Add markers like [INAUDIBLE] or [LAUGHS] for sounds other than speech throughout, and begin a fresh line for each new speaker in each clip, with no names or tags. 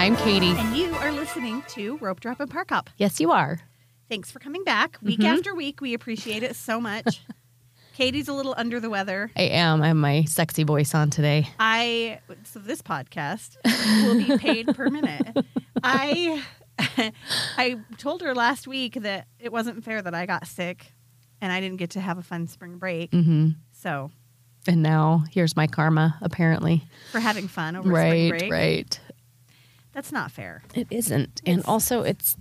I'm Katie.
And you are listening to Rope Drop and Park Hop.
Yes, you are.
Thanks for coming back week
Mm-hmm.
after week. We appreciate it so much. Katie's a little under the weather.
I am. I have my sexy voice on today.
I so this podcast will be paid per minute. I [LAUGHS] I told her last week that it wasn't fair that I got sick and I didn't get to have a fun spring break.
hmm
So
And now here's my karma, apparently.
for having fun over spring
Right,
break,
right.
that's not fair.
It isn't. And also, it's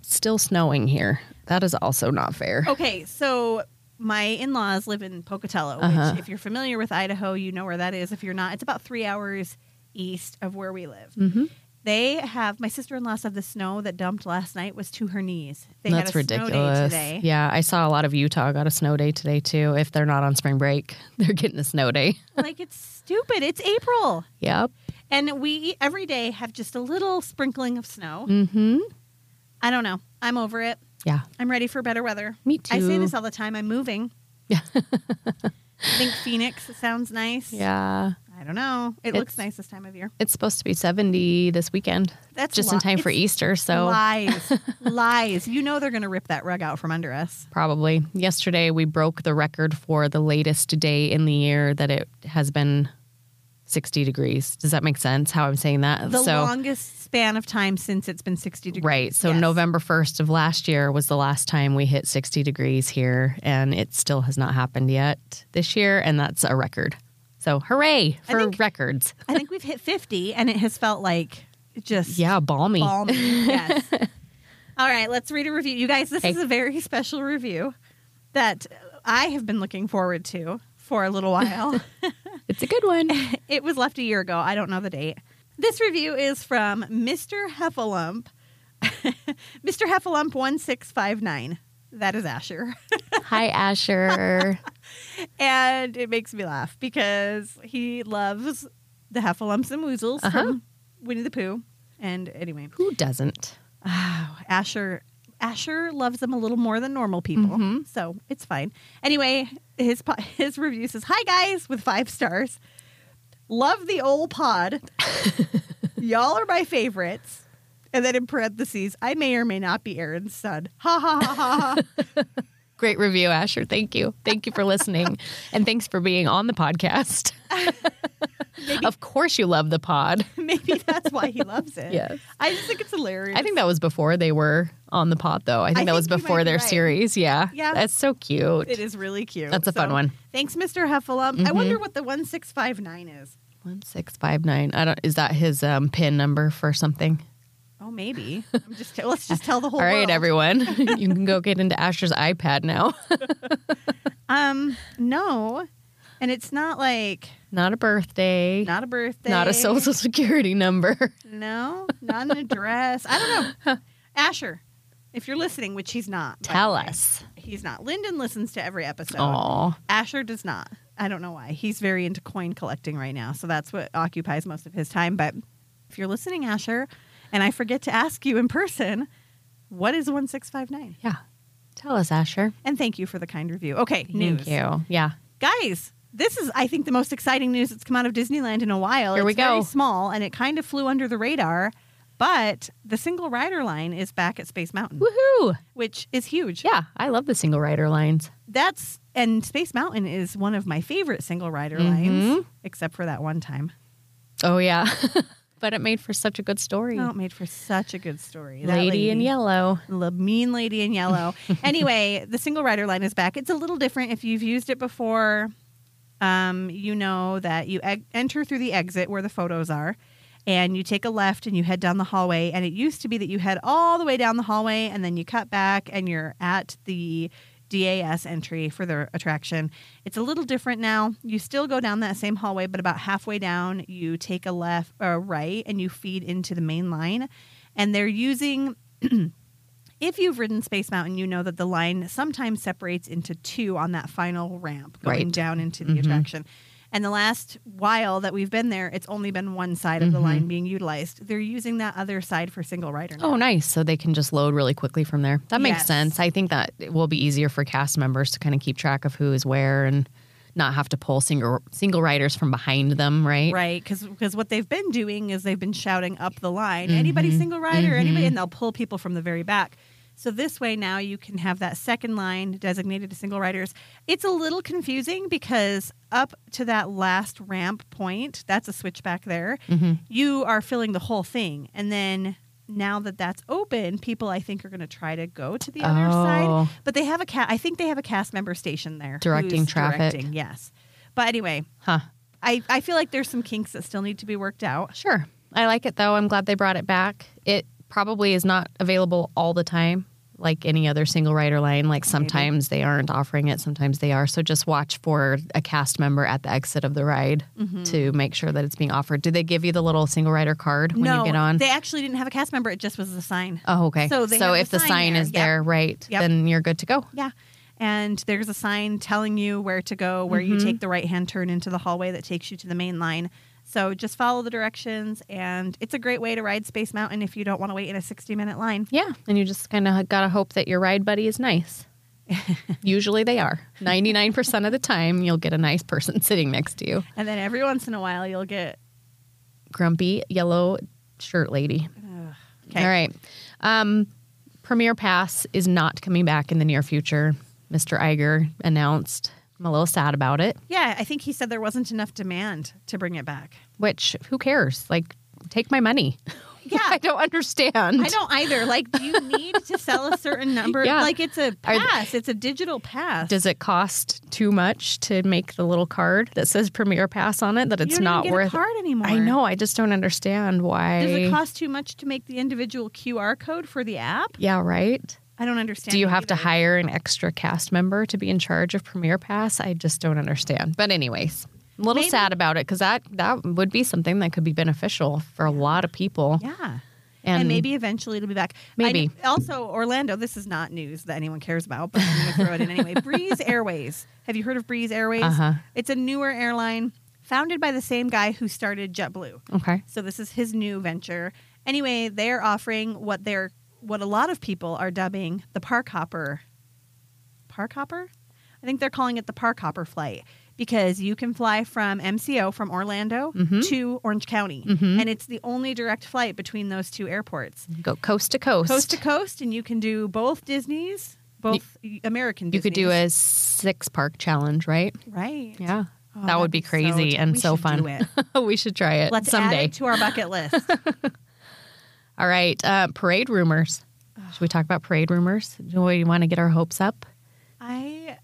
still snowing here. That is also not fair.
Okay, so my in-laws live in Pocatello,
Uh-huh.
which if you're familiar with Idaho, you know where that is. If you're not, it's about three hours east of where we live.
Mhm.
They have my sister-in-law said the snow that dumped last night was to her knees. They
That's
had a
ridiculous.
snow day today.
Yeah, I saw a lot of Utah got a snow day today, too. If they're not on spring break, [LAUGHS] they're getting a snow day.
like it's stupid. It's April.
Yep.
And we every day have just a little sprinkling of snow.
hmm
I don't know. I'm over it.
Yeah,
I'm ready for better weather.
me too.
I say this all the time. I'm moving.
[LAUGHS] Yeah.
I think Phoenix sounds nice.
yeah.
I don't know. It looks
It's-
nice this time of year.
It's supposed to be 70 this weekend,
That's
just
li-
in time for
it's
Easter. So, [LAUGHS]
lies, lies. You know they're going to rip that rug out from under us.
Probably. Yesterday, we broke the record for the latest day in the year that it has been 60 degrees. Does that make sense how I'm saying that?
The
so,
longest span of time since it's been sixty degrees.
right. So,
Yes.
November 1st of last year was the last time we hit 60 degrees here, and it still has not happened yet this year, and that's a record. So, hooray
I
for
think-
records.
I think we've hit fifty, and it has felt like just
Yeah, balmy.
balmy.
[LAUGHS]
yes. All right, let's read a review. You guys, this
Okay.
is a very special review that I have been looking forward to for a little
[LAUGHS]
while.
It's a
[LAUGHS]
good one.
it was left a year ago. I don't know the date. This review is from Mr. Heffalump. [LAUGHS] Mr. Heffalump 1659. That is Asher. [LAUGHS]
Hi, Asher.
And it makes me laugh because he loves the Heffalumps and Woozles from Winnie the Pooh. And anyway,
Who doesn't?
Oh, [SIGHS] Asher Asher loves them a little more than normal people,
Mhm.
so it's fine. Anyway, his po- [LAUGHS] his review says, "Hi guys," with five stars. Love the old pod.
[LAUGHS]
Y'all are my favorites. And then in parentheses, I may or may not be Aaron's son. Ha ha ha
[LAUGHS]
ha. ha.
Great review, Asher. Thank you. Thank you
[LAUGHS]
for listening. and thanks for being on the podcast. of course, you love the pod.
Maybe that's why he loves it.
Yes.
I just think it's hilarious.
I think that was before they were on the pod, though. I think that was
think you might
before
be
their
right.
series. Yeah.
Yeah.
That's so cute.
it is really cute.
That's a fun
So,
one. Mm-hmm.
Thanks, Mr. Heffalump. I wonder what the 1659 is.
1659. I don't, is that his um, pin number for something?
Oh, maybe. I'm just let's just tell the whole
[LAUGHS] All right,
world. [LAUGHS]
everyone. you can go get into Asher's iPad now. [LAUGHS]
Um, no. And it's not like
Not a birthday.
not a birthday.
not a social security number.
No, not an address. I don't
[LAUGHS]
know. Asher, if you're listening, which he's not. by
Tell
the way.
us.
He's not. Lyndon listens to every episode.
Aw.
Asher does not. I don't know why. He's very into coin collecting right now, so that's what occupies most of his time. But if you're listening, Asher, and I forget to ask you in person, what is one six five nine?
Yeah. Tell us, Asher.
And thank you for the kind review. Okay, news.
Thank you. Yeah.
guys this is i think the most exciting news that's come out of disneyland in a while
Here we
it's very
go.
small and it kind of flew under the radar but the single rider line is back at space mountain
Woohoo.
which is huge
Yeah, I love the single rider lines.
that's and space mountain is one of my favorite single rider lines
Mhm.
except for that one time
Oh yeah. [LAUGHS] but it made for such a good story.
oh, it made for such a good story That
lady, in yellow.
the mean lady in
[LAUGHS]
yellow. anyway, the single rider line is back. It's a little different. If you've used it before, um, you know that you eg- enter through the exit where the photos are, and you take a left and you head down the hallway. And it used to be that you head all the way down the hallway and then you cut back and you're at the DAS entry for the attraction. It's a little different now. You still go down that same hallway, but about halfway down, you take a left or a right and you feed into the main line. And they're using [CLEARS THROAT] if you've ridden Space Mountain, you know that the line sometimes separates into two on that final ramp going
Right.
down into the attraction. And the last while that we've been there, it's only been one side of the
Mhm.
line being utilized. They're using that other side for single rider. Now.
Oh, nice. So they can just load really quickly from there. That makes
Yes.
sense. I think that it will be easier for cast members to kind of keep track of who is where and not have to pull single single riders from behind them, right?
Right, because what they've been doing is they've been shouting up the line,
Mm-hmm.
anybody single rider, anybody, and they'll pull people from the very back. So this way now you can have that second line designated to single riders. It's a little confusing because up to that last ramp point, that's a switchback there.
Mm-hmm.
You are filling the whole thing, and then now that that's open, people I think are going to try to go to the other
Oh.
side, but they have a cat. I think they have a cast member station there
Directing
who's
traffic.
Directing, yes, but anyway.
Huh.
I, I feel like there's some kinks that still need to be worked out.
Sure. I like it though. I'm glad they brought it back. It probably is not available all the time like any other single rider line. Like sometimes they aren't offering it, sometimes they are. So just watch for a cast member at the exit of the ride
Mm-hmm.
to make sure that it's being offered. Do they give you the little single rider card when
no,
you get on?
they actually didn't have a cast member. It just was a sign.
oh, okay.
So they have
if the sign, is
Yep.
there, right,
Yep.
then you're good to go.
Yeah. And there's a sign telling you where to go, where
Mm-hmm.
you take the right hand turn into the hallway that takes you to the main line. So just follow the directions. And it's a great way to ride Space Mountain if you don't want to wait in a 60 minute line.
Yeah. And you just kind of got to hope that your ride buddy
[LAUGHS]
is nice. Usually they are. 99% of the time, you'll get a nice person [LAUGHS] sitting next to you.
And then every once in a while, you'll get.
grumpy yellow shirt lady.
Okay.
All right. Um, Premier Pass is not coming back in the near future. Mr. Iger announced. I'm a little sad about it,
Yeah, I think he said there wasn't enough demand to bring it back.
which who cares? Like, take my money. [LAUGHS]
Yeah.
I don't understand.
I don't either. Like, do you need to sell a certain number?
Yeah.
Like, it's a
Are-
pass. it's a digital pass.
Does it cost too much to make the little card that says Premier Pass on it that
You
it's
don't even
not
get a
worth
card anymore?
I know. I just don't understand why.
Does it cost too much to make the individual QR code for the app?
yeah, right.
I don't understand.
Do you
it
have to
either.
hire an extra cast member to be in charge of Premier Pass? I just don't understand. But anyways, a little
Maybe-
sad about it because that that would be something that could be beneficial for a lot of people.
Yeah.
And-
And, maybe eventually it'll be back. I
Maybe.
kn- also, Orlando, this is not news that anyone cares about, but I'm going to throw it in
[LAUGHS]
anyway. Breeze Airways. Have you heard of Breeze Airways?
Uh-huh.
It's a newer airline founded by the same guy who started JetBlue.
Okay.
So this is his new venture. Anyway, they're offering what they're what a lot of people are dubbing the park hopper. Park hopper? I think they're calling it the park hopper flight because you can fly from MCO from Orlando
Mhm.
to Orange County
Mhm.
and it's the only direct flight between those two airports.
Go coast to coast.
Coast to coast and you can do both Disney's, both American
you
Disney's.
could do a six park challenge, right?
Right.
Yeah.
Oh,
that
that'd
would be
so
crazy
t-
and
we
so
should do
fun.
it.
[LAUGHS] we should try it
Let's add
someday.
it to our bucket list.
[LAUGHS] All right. Uh, parade rumors. Should we talk about parade rumors? Do we want to get our hopes up?
I.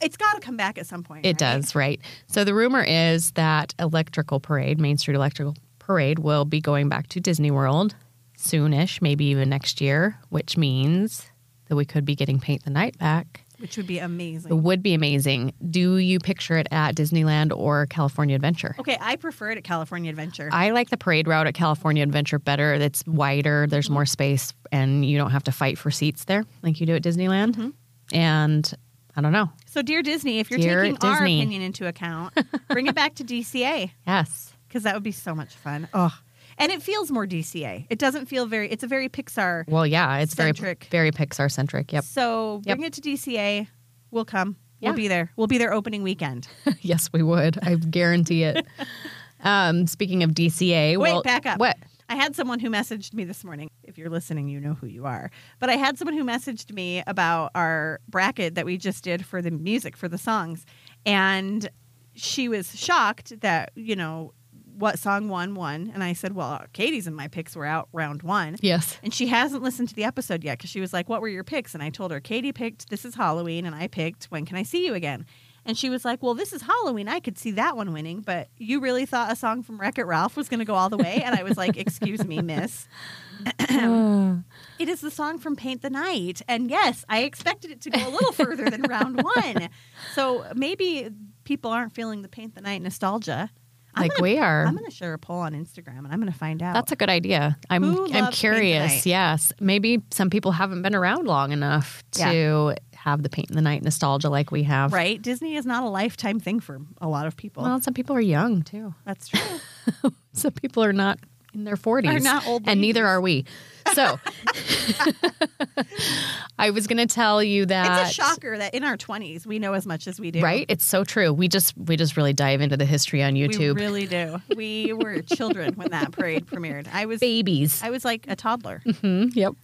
It's got to come back at some point.
It
right?
does, right. So the rumor is that Electrical Parade, Main Street Electrical Parade, will be going back to Disney World soonish, maybe even next year, which means that we could be getting Paint the Night back.
which would be
It
amazing.
would be amazing. Do you picture it at Disneyland or California Adventure?
Okay, I prefer it at California Adventure.
I like the parade route at California Adventure better. It's wider,
Mm-hmm.
there's more space, and you don't have to fight for seats there like you do at Disneyland.
Mm-hmm.
And I don't know.
so, dear Disney, if you're
Dear
taking our
Disney.
opinion into account, bring it back to DCA
Yes.
because that would be so much fun. Oh, and it feels more DCA. It doesn't feel very. It's a very Pixar.
Well, yeah, it's
Centric.
very very Pixar centric. Yep.
So
Yep.
bring it to DCA. We'll come.
Yeah.
We'll be there. We'll be there opening weekend.
Yes, we would. I
[LAUGHS]
guarantee it. um, speaking of DCA,
Wait,
well,
back up.
What?
I had someone who messaged me this morning. If you're listening, you know who you are. But I had someone who messaged me about our bracket that we just did for the music for the songs. And she was shocked that, you know, what song won won. And I said, well, Katie's and my picks were out round one. [CLEARS THROAT]
Yes.
And she hasn't listened to the episode yet because she was like, What were your picks? And I told her, Katie picked This is Halloween, and I picked When Can I See You Again? And she was like, Well, this is Halloween. I could see that one winning, but you really thought a song from Wreck It Ralph was going to go all the way? And I was
[LAUGHS]
like, Excuse me, miss. Oh. It is the song from Paint the Night. And yes, I expected it to go a little further than
[LAUGHS]
round one. So maybe people aren't feeling the Paint the Night nostalgia. I'm
like
gonna-
we are.
I'm going to share a poll on Instagram and I'm going to find out.
That's a good idea. I'm
Who loves
I'm
Paint the
curious.
Night?
Yes. Maybe some people haven't been around long enough to have the paint in the night nostalgia like we have.
Right? Disney is not a lifetime thing for a lot of people. [LAUGHS]
Well, some people are young too.
That's true.
Some people are not in their 40s.
Are not old
and neither
ladies.
are we.
[LAUGHS]
So [LAUGHS] I was going to tell you that
it's a shocker that in our 20s we know as much as we do.
Uh, Right? It's so true. We just we just really dive into the history on YouTube.
We really do. We
[LAUGHS]
were children when that parade premiered. I was
Babies.
I was like a
[LAUGHS]
toddler. [LAUGHS]
Mhm, yep.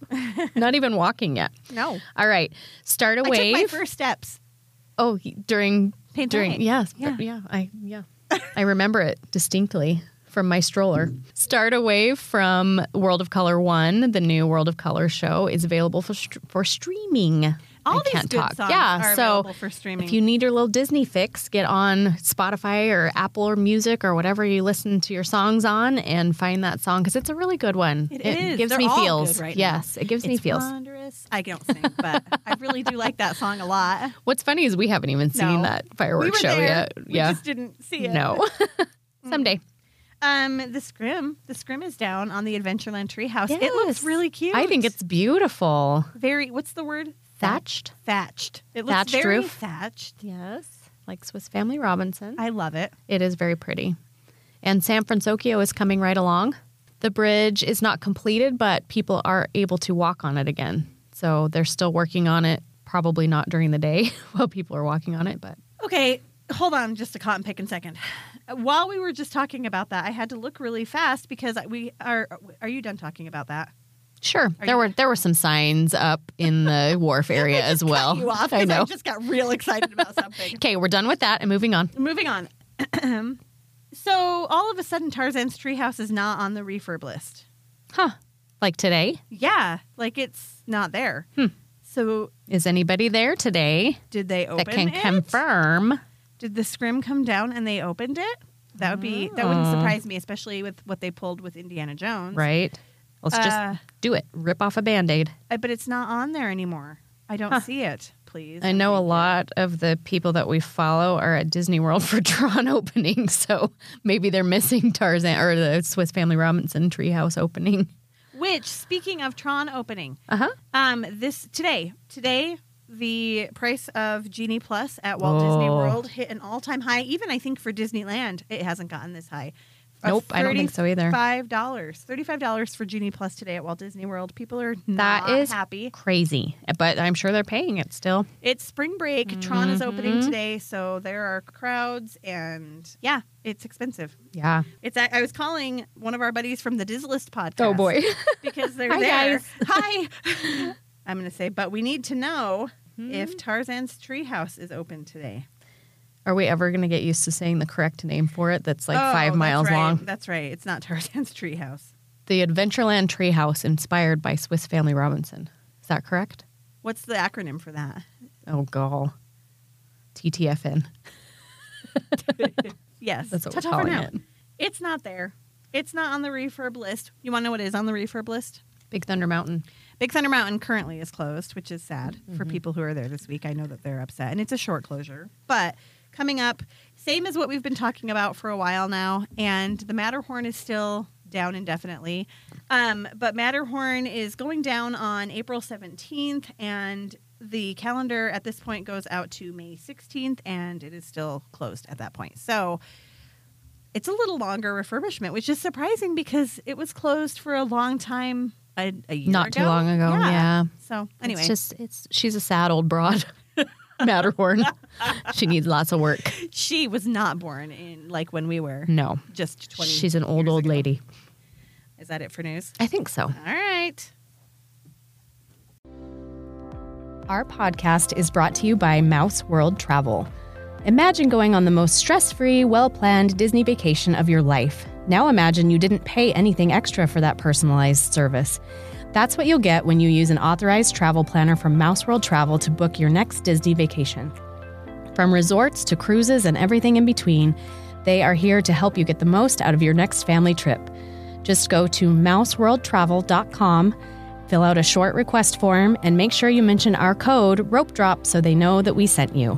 Not even walking yet.
No.
All right. Start a
I took
wave.
my first steps.
oh, during
Paint the
during
line.
yes, yeah.
Yeah.
I yeah. I remember it distinctly from my stroller. Start a wave from World of Color 1, the new World of Color show is available for str- for streaming.
All
I
these
can't
good
talk.
songs
yeah,
are
so
available for streaming.
If you need your little Disney fix, get on Spotify or Apple or Music or whatever you listen to your songs on and find that song because it's a really good one.
It is.
gives
They're
me
all
feels.
good right now.
yes, it gives me
It's
feels.
wondrous. I don't sing, but I really do like that song a lot.
What's funny is we haven't even
No.
seen that
we
[LAUGHS] fireworks
were
show
there.
yet.
We
yeah.
just didn't see it.
[LAUGHS] No. Someday.
Um, the scrim, the scrim is down on the Adventureland treehouse. It
Yes.
looks really cute.
I think it's beautiful.
very. What's the word?
Thatched.
Thatched. It looks
Thatched
very
roof.
thatched.
Yes. Like Swiss Family Robinson.
I love it.
It is very pretty. And San Francisco is coming right along. The bridge is not completed, but people are able to walk on it again. So they're still working on it, probably not during the day [LAUGHS] while people are walking on it, but
Okay, hold on just a cotton picking second. While we were just talking about that, I had to look really fast because we are. Are you done talking about that?
sure.
Are
there
you-
were there were some signs up in [LAUGHS] the wharf area as well.
you off.
[LAUGHS] I
'cause
know.
just got real excited about something.
Okay, we're done with that and [LAUGHS] moving on.
Moving on. [CLEARS THROAT] so all of a sudden, Tarzan's treehouse is not on the refurb list.
Huh. Like today?
Yeah, like it's not there.
Hmm.
So
Is anybody there today
did they open
that can
it?
confirm?
Did the scrim come down and they opened it? That would be that wouldn't
Oh.
surprise me, especially with what they pulled with Indiana Jones.
Right. Let's
Uh,
just do it. Rip off a band aid.
Uh, But it's not on there anymore. I don't see it. Please.
I know a lot of the people that we follow are at Disney World [LAUGHS] for Tron opening, so maybe they're missing Tarzan or the Swiss Family Robinson Treehouse opening.
Which, speaking of Tron opening,
Uh huh.
um, this today, today the price of Genie Plus at Walt Disney
Oh.
World hit an all-time high. Even I think for Disneyland, it hasn't gotten this high. Of
Nope, I don't think so either.
Five dollars, thirty-five dollars for Genie Plus today at Walt Disney World. People are not
That is
happy.
crazy, but I'm sure they're paying it still.
It's spring break. Tron is opening
Mm-hmm.
today, so there are crowds, and yeah, it's expensive.
Yeah.
It's I I was calling one of our buddies from the Dizlist podcast. [LAUGHS] because they're
Oh, Hi,
there.
guys.
[LAUGHS] Hi. [LAUGHS] I'm going to say, but we need to know
Hmm.
if Tarzan's treehouse is open today.
Are we ever going to get used to saying the correct name for it? That's like
five
five miles long.
Oh, That's right. It's not [LAUGHS] Tarzan's treehouse.
The Adventureland Treehouse, inspired by Swiss Family Robinson. Is that correct?
What's the acronym for that?
Oh, gall. TTFN.
Yes.
That's what
Ta-ta
we're
for
calling
now.
it.
It's not there. It's not on the refurb list. You want to know what is on the refurb list?
Big Thunder Mountain.
Big Thunder Mountain currently is closed, which is sad for people who are there this week. I know that they're upset, and it's a short closure. But coming up, same as what we've been talking about for a while now, and the Matterhorn is still down indefinitely. Um, but Matterhorn is going down on April 17th, and the calendar at this point goes out to May 16th, and it is still closed at that point. So it's a little longer refurbishment, which is surprising because it was closed for a long time. A, a year
Not too long ago, yeah.
So anyway,
It's just it's she's a sad old broad. [LAUGHS]
[LAUGHS]
Matterhorn. she needs lots of work.
she was not born in like when we were
No.
just twenty.
Mm. She's an old
years
old
ago.
lady.
Is that it for news?
I think so.
All right.
Our podcast is brought to you by Mouse World Travel. Imagine going on the most stress free, well planned Disney vacation of your life. Now imagine you didn't pay anything extra for that personalized service. That's what you'll get when you use an authorized travel planner from Mouse World Travel to book your next Disney vacation. From resorts to cruises and everything in between, they are here to help you get the most out of your next family trip. Just go to mouseworldtravel.com, fill out a short request form, and make sure you mention our code Rope Drop so they know that we sent you.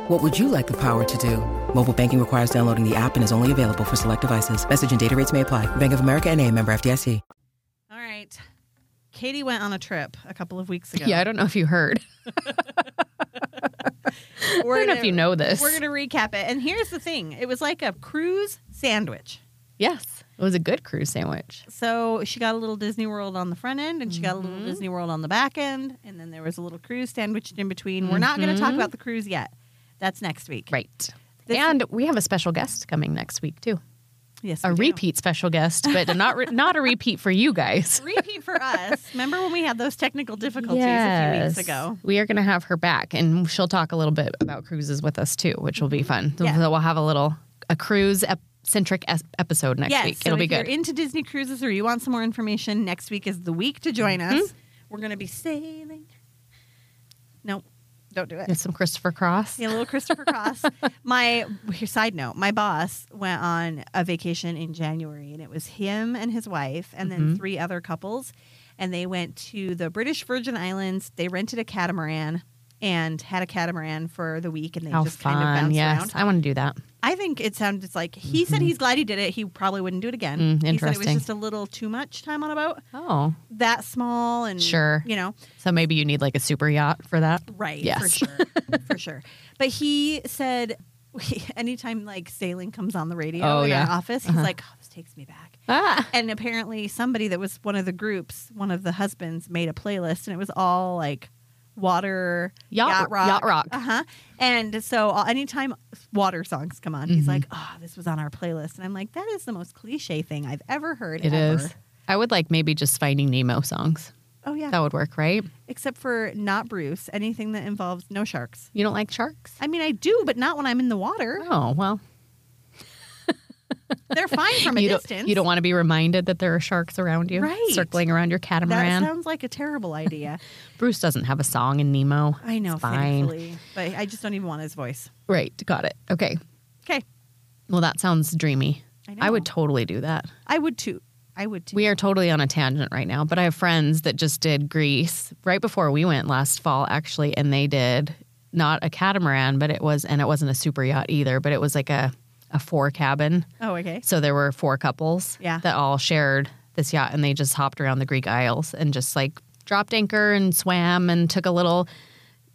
What would you like the power to do? Mobile banking requires downloading the app and is only available for select devices. Message and data rates may apply. Bank of America and a member FDIC.
All right. Katie went on a trip a couple of weeks ago.
Yeah, I don't know if you heard.
We're
I don't know
gonna-
if you know this.
We're going to recap it. And here's the thing it was like a cruise sandwich.
Yes, it was a good cruise sandwich.
So she got a little Disney World on the front end and she got a
Mm-hmm.
little Disney World on the back end. And then there was a little cruise sandwiched in between. We're not going to talk about the cruise yet. That's next week.
Mm-hmm. Right.
This-
and we have a special guest coming next week too.
Yes.
A
we do.
repeat special guest, but not re- [LAUGHS] not a repeat for you guys.
Repeat for
[LAUGHS]
us. Remember when we had those technical difficulties a few weeks ago?
We are going to have her back, and she'll talk a little bit about cruises with us too, which will be fun. So
Mm-hmm. Yeah.
we'll have a little a cruise ep- centric es- episode next
yes.
week.
so
It'll be
if
good.
you're into Disney cruises or you want some more information, next week is the week to join
Mm-hmm.
us. We're going to be sailing. No, don't do it.
and some Christopher Cross.
Yeah, little Christopher
[LAUGHS]
Cross. My here, side note: my boss went on a vacation in January, and it was him and his wife, and
Mm-hmm.
then three other couples, and they went to the British Virgin Islands. They rented a catamaran and had a catamaran for the week, and they
How
just kind of
fun!
bounced
Yes,
around.
I want to do that.
I think it sounded just like he said he's glad he did it. He probably wouldn't do it again.
Mm,
He said it was
interesting.
just a little too much time on a boat
Oh,
that small, and
Sure.
you know.
so maybe you need like a super yacht for that.
Right. For
Yes. [LAUGHS]
sure. for sure. But he said, anytime like sailing comes on the radio
Oh,
in
yeah.
our office, he's like, oh, this takes me back.
Ah,
And apparently, somebody that was one of the groups, one of the husbands, made a playlist, and it was all like water,
Yacht-
rock,
yacht rock.
Uh huh. And so, uh, anytime water songs come on,
Mm-hmm.
he's like, "Oh, this was on our playlist," and I'm like, "That is the most cliche thing I've ever heard."
it
ever.
is. I would like maybe just Finding Nemo songs.
Oh yeah.
That would work, right?
Except for not Bruce. Anything that involves no sharks.
You don't like sharks?
I mean, I do, but not when I'm in the water.
Oh well,
They're fine
[LAUGHS]
from a
you don't.
distance.
You don't want to be reminded that there are sharks around you,
Right.
Circling around your
That
catamaran.
sounds like a terrible
[LAUGHS]
idea.
Bruce doesn't have a song in Nemo.
I know,
It's fine.
thankfully, but I just don't even want his voice.
Right, got it. Okay.
Okay,
Well, that sounds dreamy.
I
I, would
know.
totally do that.
I would too. I would too.
We are totally on a tangent right now, but I have friends that just did Greece right before we went last fall, actually, and they did not a catamaran, but it was, and it wasn't a super yacht either, but it was like a, a four cabin.
oh, okay.
So there were four couples
Yeah.
that all shared this yacht and they just hopped around the Greek Isles and just like dropped anchor and swam and took a little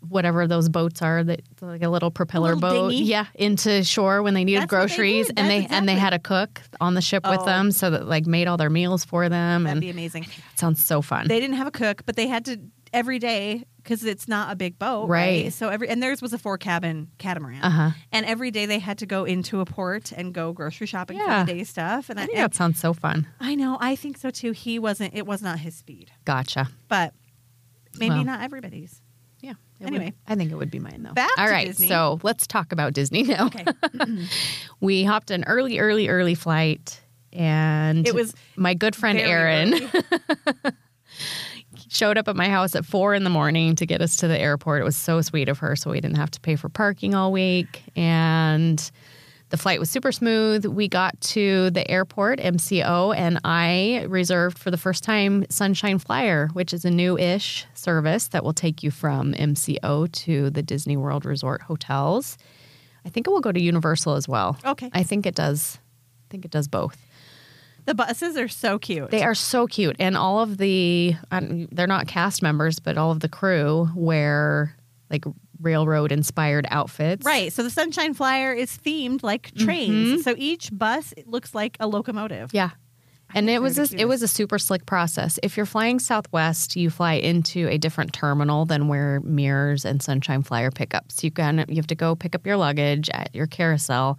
whatever those boats are that like a little propeller
Little
boat
dinghy.
yeah into shore when they needed
That's what they
groceries
did.
and they
That's
and they
exactly-
had a cook on the ship
Oh.
with them so that like made all their meals for them
That'd
and
be amazing.
it sounds so fun
They didn't have a cook, but they had to every day because it's not a big boat, right.
Right.
So every and theirs was a four cabin catamaran,
Uh-huh.
and every day they had to go into a port and go grocery shopping
Yeah.
for the day stuff. And
I
I,
think that sounds so fun
I know, I think so too. He wasn't. It was not his speed,
gotcha
but maybe
Well.
not
[LAUGHS]
everybody's.
yeah it would-
Anyway.
I think it would be mine though
Back to
all right
Disney.
so let's talk about Disney [LAUGHS] now
Okay.
we hopped an early, early, early flight, and
It was
my good friend
very
Erin [LAUGHS] showed up at my house at four in the morning to get us to the airport. It was so sweet of her, so we didn't have to pay for parking all week, and the flight was super smooth. We got to the airport, MCO, and I reserved for the first time Sunshine Flyer, which is a new-ish service that will take you from MCO to the Disney World Resort hotels. I think it will go to Universal as well.
Okay.
I think it does. I think it does both.
The buses are so cute.
They are so cute, and all of the I don't- they're not cast members, but all of the crew wear like railroad inspired outfits.
Right. So the Sunshine Flyer is themed like trains. So each bus it looks like a locomotive.
Mm-hmm. Yeah. And
think
it was
they're
a,
the
it was a super slick process. If you're flying Southwest, you fly into a different terminal than where mirrors and Sunshine Flyer pick up. So you can you have to go pick up your luggage at your carousel,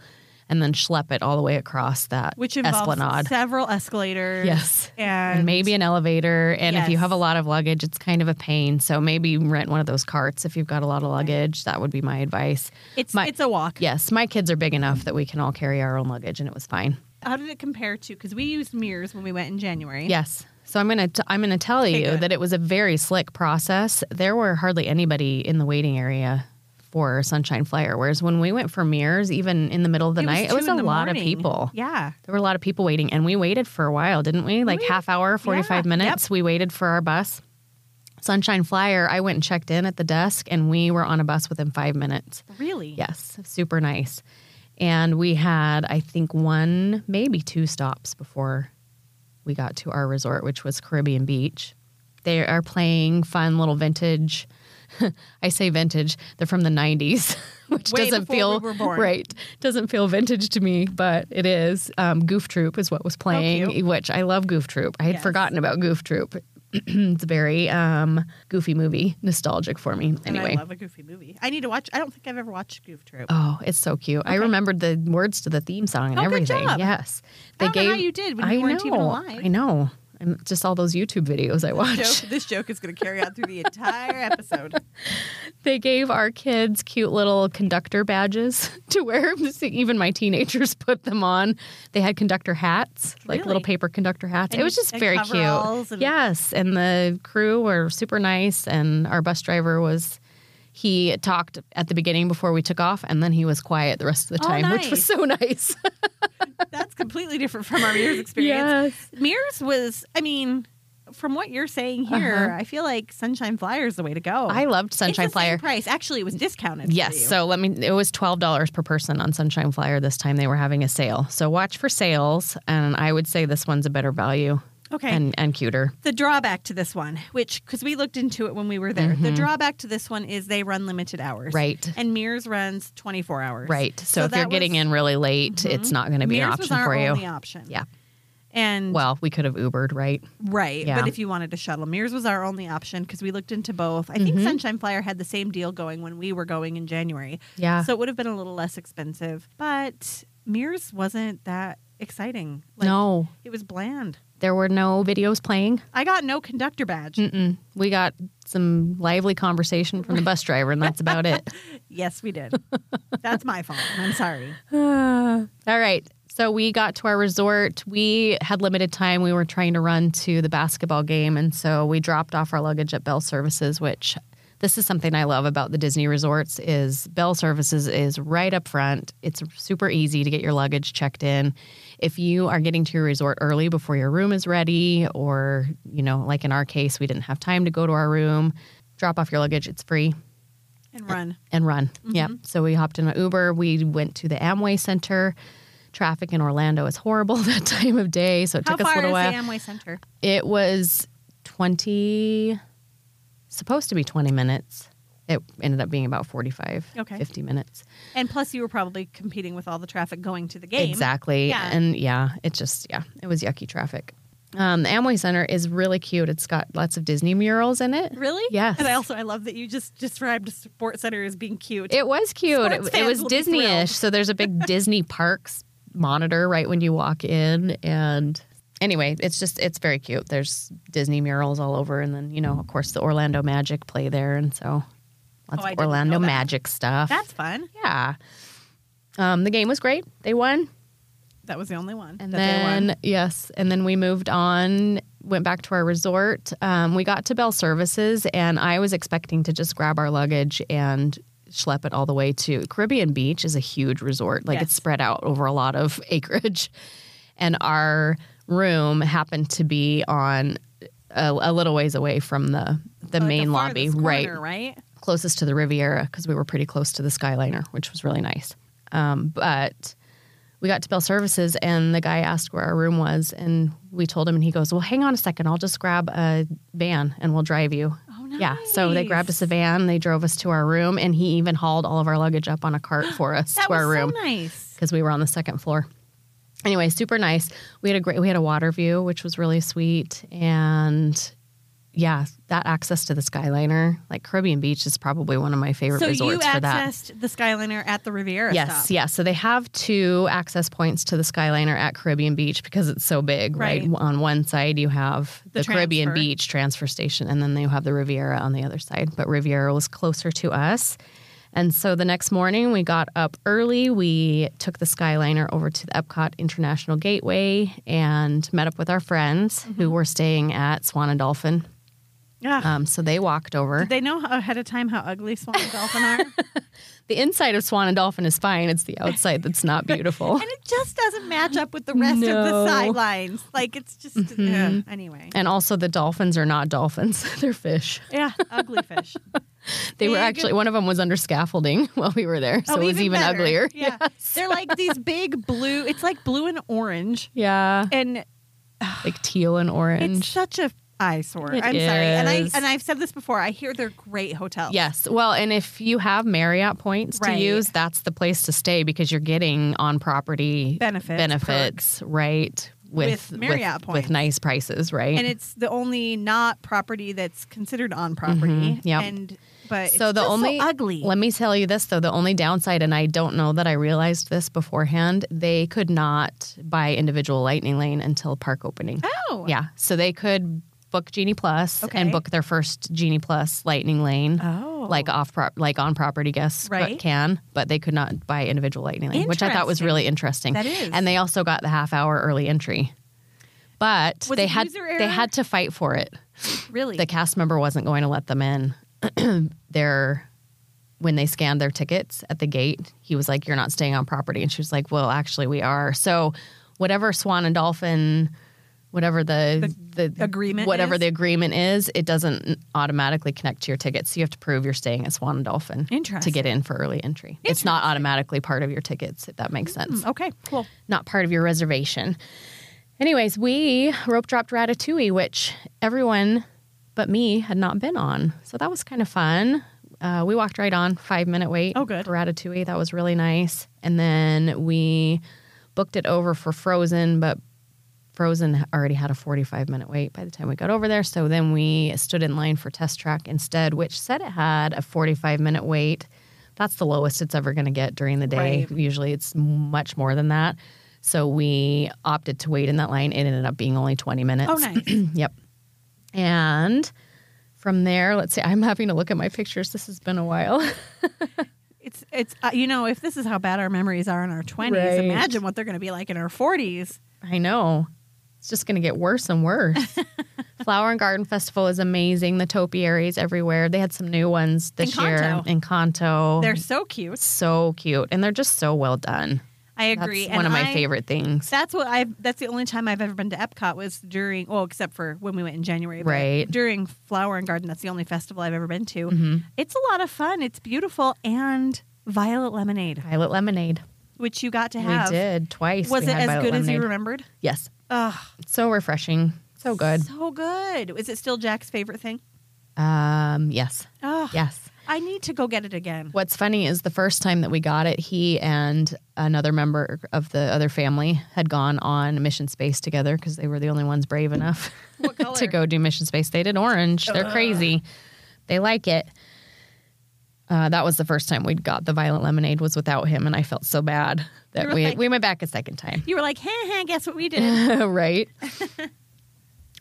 and then schlep it all the way across that
Which involves
esplanade.
several escalators.
Yes.
And,
and maybe an elevator. And if you
Yes.
have a lot of luggage, it's kind of a pain. So maybe rent one of those carts if you've got a lot of luggage. That would be my advice.
it's
my-
it's a walk.
Yes, my kids are big enough that we can all carry our own luggage, and it was fine.
How did it compare to? Because we used mirrors when we went in January.
Yes. So I'm gonna t- I'm gonna tell you
good.
that it was a very slick process. There were hardly anybody in the waiting area for Sunshine Flyer, whereas when we went for mirrors, even in the middle of the
It was
night,
two
it was
in
a
the
lot
morning.
of people.
Yeah.
There were a lot of people waiting, and we waited for a while, didn't we? Like half hour, 45
yeah,
minutes,
yep.
we waited for our bus. Sunshine Flyer, I went and checked in at the desk and we were on a bus within five minutes.
Really?
Yes, super nice. And we had, I think, one, maybe two stops before we got to our resort, which was Caribbean Beach. They are playing fun little vintage. [LAUGHS] I say vintage, they're from the 90s, [LAUGHS] which
Way
doesn't
before
feel
we were born.
right. Doesn't feel vintage to me, but it is. Um, Goof Troop is what was playing,
Oh, cute.
which I love Goof Troop. I had
Yes.
forgotten about Goof Troop. [CLEARS THROAT] it's a very um, goofy movie, nostalgic for me.
And
Anyway.
I love a goofy movie. I need to watch. I don't think I've ever watched Goof Troop.
Oh, it's so cute. I remembered the words to the theme song and
Oh, good
everything.
job.
Yes.
I don't know how you did when you weren't even alive.
I know. I'm just all those YouTube videos I [LAUGHS]
This
watch.
joke, this joke is going to carry on through the entire episode.
they gave our kids cute little conductor badges [LAUGHS] to wear. Even my teenagers put them on. They had conductor hats, like
Really?
little paper conductor hats. it
And-
was just
and
very
coveralls
cute.
and-
yes, and the crew were super nice, and our bus driver was. He talked at the beginning before we took off, and then he was quiet the rest of the
Oh,
time, [LAUGHS] which was
nice.
so nice.
That's completely different from our Mears experience. Mears was, I mean, from what you're saying here, I feel like Sunshine Flyer is the way to go.
Uh-huh. I loved
It's the
Sunshine
same
Flyer.
price. Actually, it was discounted. for
Yes.
you.
So let me, it was $12 per person on Sunshine Flyer this time. They were having a sale. So watch for sales. And I would say this one's a better value
okay.
and, and cuter.
the drawback to this one, which because we looked into it when we were there, the drawback to this one is they run limited hours,
Mm-hmm. Right.
And Mears runs twenty four hours,
Right. So, if you're
that
getting
was-
in really late, it's not going to be
Mears
an
was
option
our
for you.
only option,
Yeah.
And
Well, we could have Ubered, right?
right,
yeah.
but if you wanted to shuttle, Mears was our only option because we looked into both. I
Mm-hmm.
think Sunshine Flyer had the same deal going when we were going in January,
Yeah.
so it would have been a little less expensive. But Mears wasn't that exciting.
no,
it was bland.
there were no videos playing.
I got no conductor badge.
Mm-mm. We got some lively conversation from the bus driver, and that's
[LAUGHS]
about it.
[LAUGHS] Yes, we did. That's my fault. I'm sorry.
All right. So we got to our resort. We had limited time. We were trying to run to the basketball game. And so we dropped off our luggage at Bell Services, which this is something I love about the Disney resorts is Bell Services is right up front. It's super easy to get your luggage checked in. If you are getting to your resort early before your room is ready or, you know, like in our case, we didn't have time to go to our room, drop off your luggage. It's free
And run.
and run.
Mm-hmm.
Yep. So we hopped in an Uber. We went to the Amway Center. Traffic in Orlando is horrible [LAUGHS] that time of day, so it
How
took us a
far
little
is
while.
the Amway Center?
it was twenty, supposed to be twenty minutes. It ended up being about 45,
Okay.
50 minutes.
And plus, you were probably competing with all the traffic going to the game.
Exactly.
Yeah.
And yeah, it just, yeah, it was yucky traffic. Um, the Amway Center is really cute. It's got lots of Disney murals in it.
Really?
Yes.
And I also I love that you just described Sports Center as being cute.
It was cute.
Sports
It, it
fans
was
will be thrilled.
Disney-ish. So there's
[LAUGHS]
a big Disney parks monitor right when you walk in, and anyway, it's just it's very cute. There's Disney murals all over, and then you know, of course, the Orlando Magic play there, and so lots
Oh, I
of
didn't
Orlando
know that.
Magic stuff.
That's fun.
yeah. Um, the game was great. They won,
That was the only one.
and
that they
then
won.
yes, and then we moved on. Went back to our resort. Um, we got to Bell Services, and I was expecting to just grab our luggage and schlep it all the way to Caribbean Beach. is a huge resort, like
Yes.
it's spread out over a lot of [LAUGHS] acreage, and our room happened to be on a, a little ways away from the the
Like
main
the
lobby,
farthest
right?
corner, right?
closest to the Riviera because we were pretty close to the Skyliner, which was really nice. Um, but we got to Bell Services and the guy asked where our room was, and we told him, and he goes, "Well, hang on a second, I'll just grab a van and we'll drive you."
Oh,
Yeah, so they
nice.
grabbed us a van, they drove us to our room, and he even hauled all of our luggage up on a cart for us
That
to
was
our room
so nice.
because we were on the second floor. Anyway, super nice. We had a great we had a water view, which was really sweet, and yeah, that access to the Skyliner, like Caribbean Beach, is probably one of my favorite
So you
resorts for that.
accessed the Skyliner at the Riviera
Yes,
stop.
yes. So they have two access points to the Skyliner at Caribbean Beach because it's so big, right?
Right.
On one side, you have
The
the, Caribbean
transfer.
Beach transfer station, and then you have the Riviera on the other side. But Riviera was closer to us. And so the next morning, we got up early. We took the Skyliner over to the Epcot International
Mm-hmm.
Gateway and met up with our friends who were staying at Swan and Dolphin
Yeah.
Um, so they walked over.
Did they know ahead of time how ugly
[LAUGHS]
swan and dolphin are? and
the inside of Swan and Dolphin is fine. It's the outside that's
[LAUGHS]
not beautiful.
it just doesn't match up with the rest of
No. Mm-hmm.
the sidelines. Like it's just ugh. anyway.
and also, the dolphins are not dolphins; [LAUGHS] they're fish.
Yeah, ugly fish.
They were
Big-
actually one of them was under scaffolding [LAUGHS] while we were there, [LAUGHS] so
Oh,
it was even,
better.
uglier. [LAUGHS]
Yeah. They're like these big blue, it's like blue and orange.
Yeah,
And
like teal and orange.
it's such a eyesore.
It
I'm sorry. And I
is.
and I've said this before. I hear they're great hotels.
Yes. Well, and if you have Marriott points
Right.
to use, that's the place to stay because you're getting on property
Benefits,
benefits, right?
With Marriott
with,
points.
with nice prices, right?
And it's the only not property that's considered on property.
Mhm, yep.
And but it's
so the
just
only
ugly.
Let me tell you this though, the only downside, and I don't know that I realized this beforehand, they could not buy individual lightning lane until park opening.
oh.
Yeah, so they could book Genie Plus
Okay.
and book their first Genie Plus lightning lane.
Oh.
like off prop, like on property guests but
Right.
can, but they could not buy individual lightning lane, which I thought was really interesting.
That is.
and they also got the half hour early entry, but
Was
they
it
had
user error?
they had to fight for it.
really
The cast member wasn't going to let them in. [CLEARS THROAT] their when they scanned their tickets at the gate, he was like, "You're not staying on property," and she was like, "Well, actually, we are." So, whatever Swan and Dolphin. Whatever the, the,
agreement
whatever
is?
the agreement is, it doesn't automatically connect to your tickets. So you have to prove you're staying at Swan and Dolphin to
Interesting.
get in for early entry. It's not automatically part of your tickets, if that makes sense.
Okay, cool.
Not part of your reservation. Anyways, we rope dropped Ratatouille, which everyone but me had not been on. So that was kind of fun. Uh, we walked right on, five minute wait.
Oh, good.
For Ratatouille. That was really nice. And then we booked it over for Frozen, but Frozen already had a 45 minute wait by the time we got over there. So then we stood in line for Test Track instead, which said it had a 45 minute wait. That's the lowest it's ever going to get during the day.
Right.
Usually it's much more than that. So we opted to wait in that line. It ended up being only 20 minutes.
Oh, nice.
[CLEARS THROAT] yep. And from there, let's see, I'm having to look at my pictures. This has been a while. [LAUGHS]
It's it's uh, you know if this is how bad our memories are in our twenties,
Right.
imagine what they're going to be like in our forties.
I know. It's just going to get worse and
[LAUGHS]
worse. Flower and Garden Festival is amazing. The topiaries everywhere. They had some new ones this year.
Encanto.
Encanto.
They're so cute.
so cute and they're just so well done.
I agree.
That's one
And
of my
I-
favorite things.
That's what I. That's the only time I've ever been to Epcot was during. Well, except for when we went in January. but
Right. Mm-hmm.
During Flower and Garden, that's the only festival I've ever been to. It's a lot of fun. It's beautiful and Violet Lemonade,
Violet Lemonade.
which you got to
We
have.
did twice.
Was
We
it
had
as
Violet
good as you
Lemonade.
remembered?
Yes.
Ugh,
So refreshing. So good.
so good. Is it still Jack's favorite thing?
Um, yes.
Oh,
Yes.
I need to go get it
[LAUGHS]
again.
What's funny is the first time that we got it, he and another member of the other family had gone on mission space together because they were the only ones brave enough [LAUGHS]
What color?
to go do mission space. They did orange. They're crazy. They like it. Uh, that was the first time we'd got the violet lemonade was without him, and I felt so bad that
You were
we
like-
we went back a second time.
You were like, "Heh heh, guess what we did?"
[LAUGHS] right?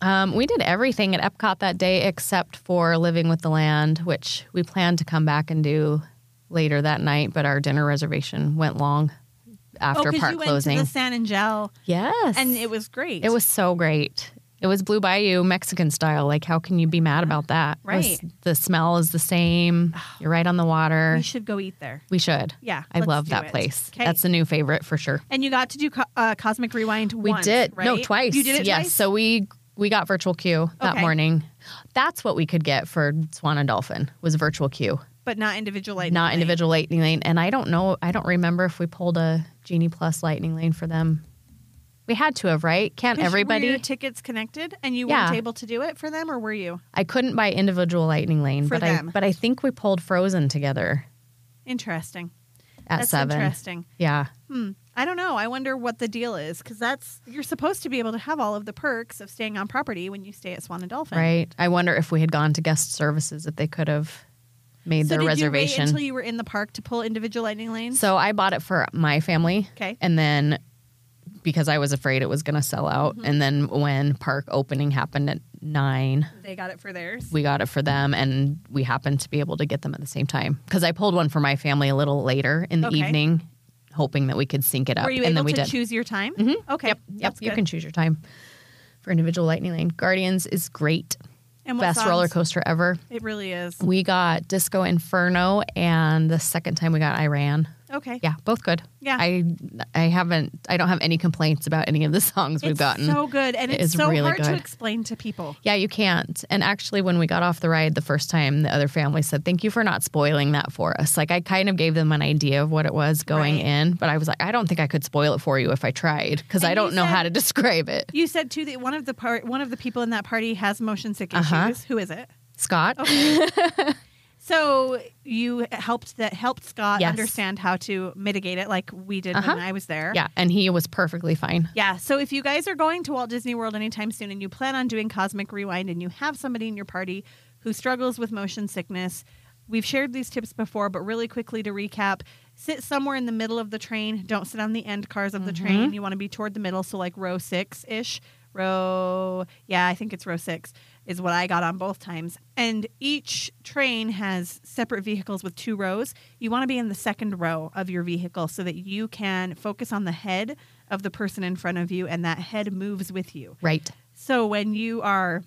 um, we did everything at Epcot that day except for Living with the Land, which we planned to come back and do later that night, but our dinner reservation went long [SIGHS] after
oh, 'cause
park
you
closing.
went to the San Angel,
yes.
and it was great.
It was so great. It was Blue Bayou Mexican style. Like, how can you be mad about that? It was-
Right.
the smell is
[SIGHS]
the same. You're right on the water.
We
We,
should go eat there.
should.
Yeah,
I
let's
love
do
that
it.
place.
'Kay.
That's a new favorite for sure.
And you got to do co- uh, Cosmic Rewind.
We
once,
did.
right?
No, twice.
You did it
Yes.
twice?
So we we got virtual queue that
Okay.
morning. That's what we could get for Swan and Dolphin was virtual queue,
but not individual lightning.
not
lane.
individual lightning lane. And I don't know. I don't remember if we pulled a Genie Plus lightning lane for them. We had to have, right? Can't
'Cause you-
everybody?
were your tickets connected, and you
Yeah.
weren't able to do it for them, or were you?
I couldn't buy individual lightning lane,
For
but
them.
I but I think we pulled Frozen together
Interesting.
at
that's
seven.
interesting.
Yeah.
Hmm. I don't know. I wonder what the deal is because that's you're supposed to be able to have all of the perks of staying on property when you stay at Swan and Dolphin.
Right. I wonder if we had gone to guest services if they could have made
So
their
did you
reservation.
wait until you were in the park to pull individual lightning lanes?
So I bought it for my family.
Okay.
And then because I was afraid it was going to sell out.
Mm-hmm.
And then when park opening happened at nine,
they got it for theirs.
we got it for them and we happened to be able to get them at the same time. Because I pulled one for my family a little later in the
Okay.
evening, hoping that we could sync it up.
were you
and
able
then we
to
did. Mm-hmm.
choose your time? Okay.
Yep.
that's
you
good.
can choose your time for individual lightning lane. Guardians is great.
And what
best
songs?
roller coaster ever.
It really is.
We got Disco Inferno, and the second time we got Iran.
Okay.
Mm-hmm. Yeah, both good.
Yeah.
I I haven't I don't have any complaints about any of the songs we've
it's
gotten.
so good, and
It
it's
is
so
really
hard to
good.
explain to people.
yeah, you can't. And actually when we got off the ride the first time, the other family said, "Thank you for not spoiling that for us." Like I kind of gave them an idea of what it was going
Right.
in, but I was like, "I don't think I could spoil it for you if I tried because
And
I
you
don't know
said-
how to [LAUGHS] describe it."
You said too that one of the part, one of the people in that party has motion sick
Uh-huh.
issues. Who is it?
Scott,
Oh, So you helped that helped Scott
Yes.
understand how to mitigate it, like we did
Uh-huh.
when I was there.
yeah, and he was perfectly fine.
Yeah. So if you guys are going to Walt Disney World anytime soon and you plan on doing Cosmic Rewind and you have somebody in your party who struggles with motion sickness, we've shared these tips before, but really quickly to recap sit somewhere in the middle of the train. Don't sit on the end cars of the train. You want to be toward the middle. So, like row six ish. Row, yeah, I think it's row six is what I got on both times. And each train has separate vehicles with two rows. You want to be in the second row of your vehicle so that you can focus on the head of the person in front of you and that head moves with you.
Right.
So when you are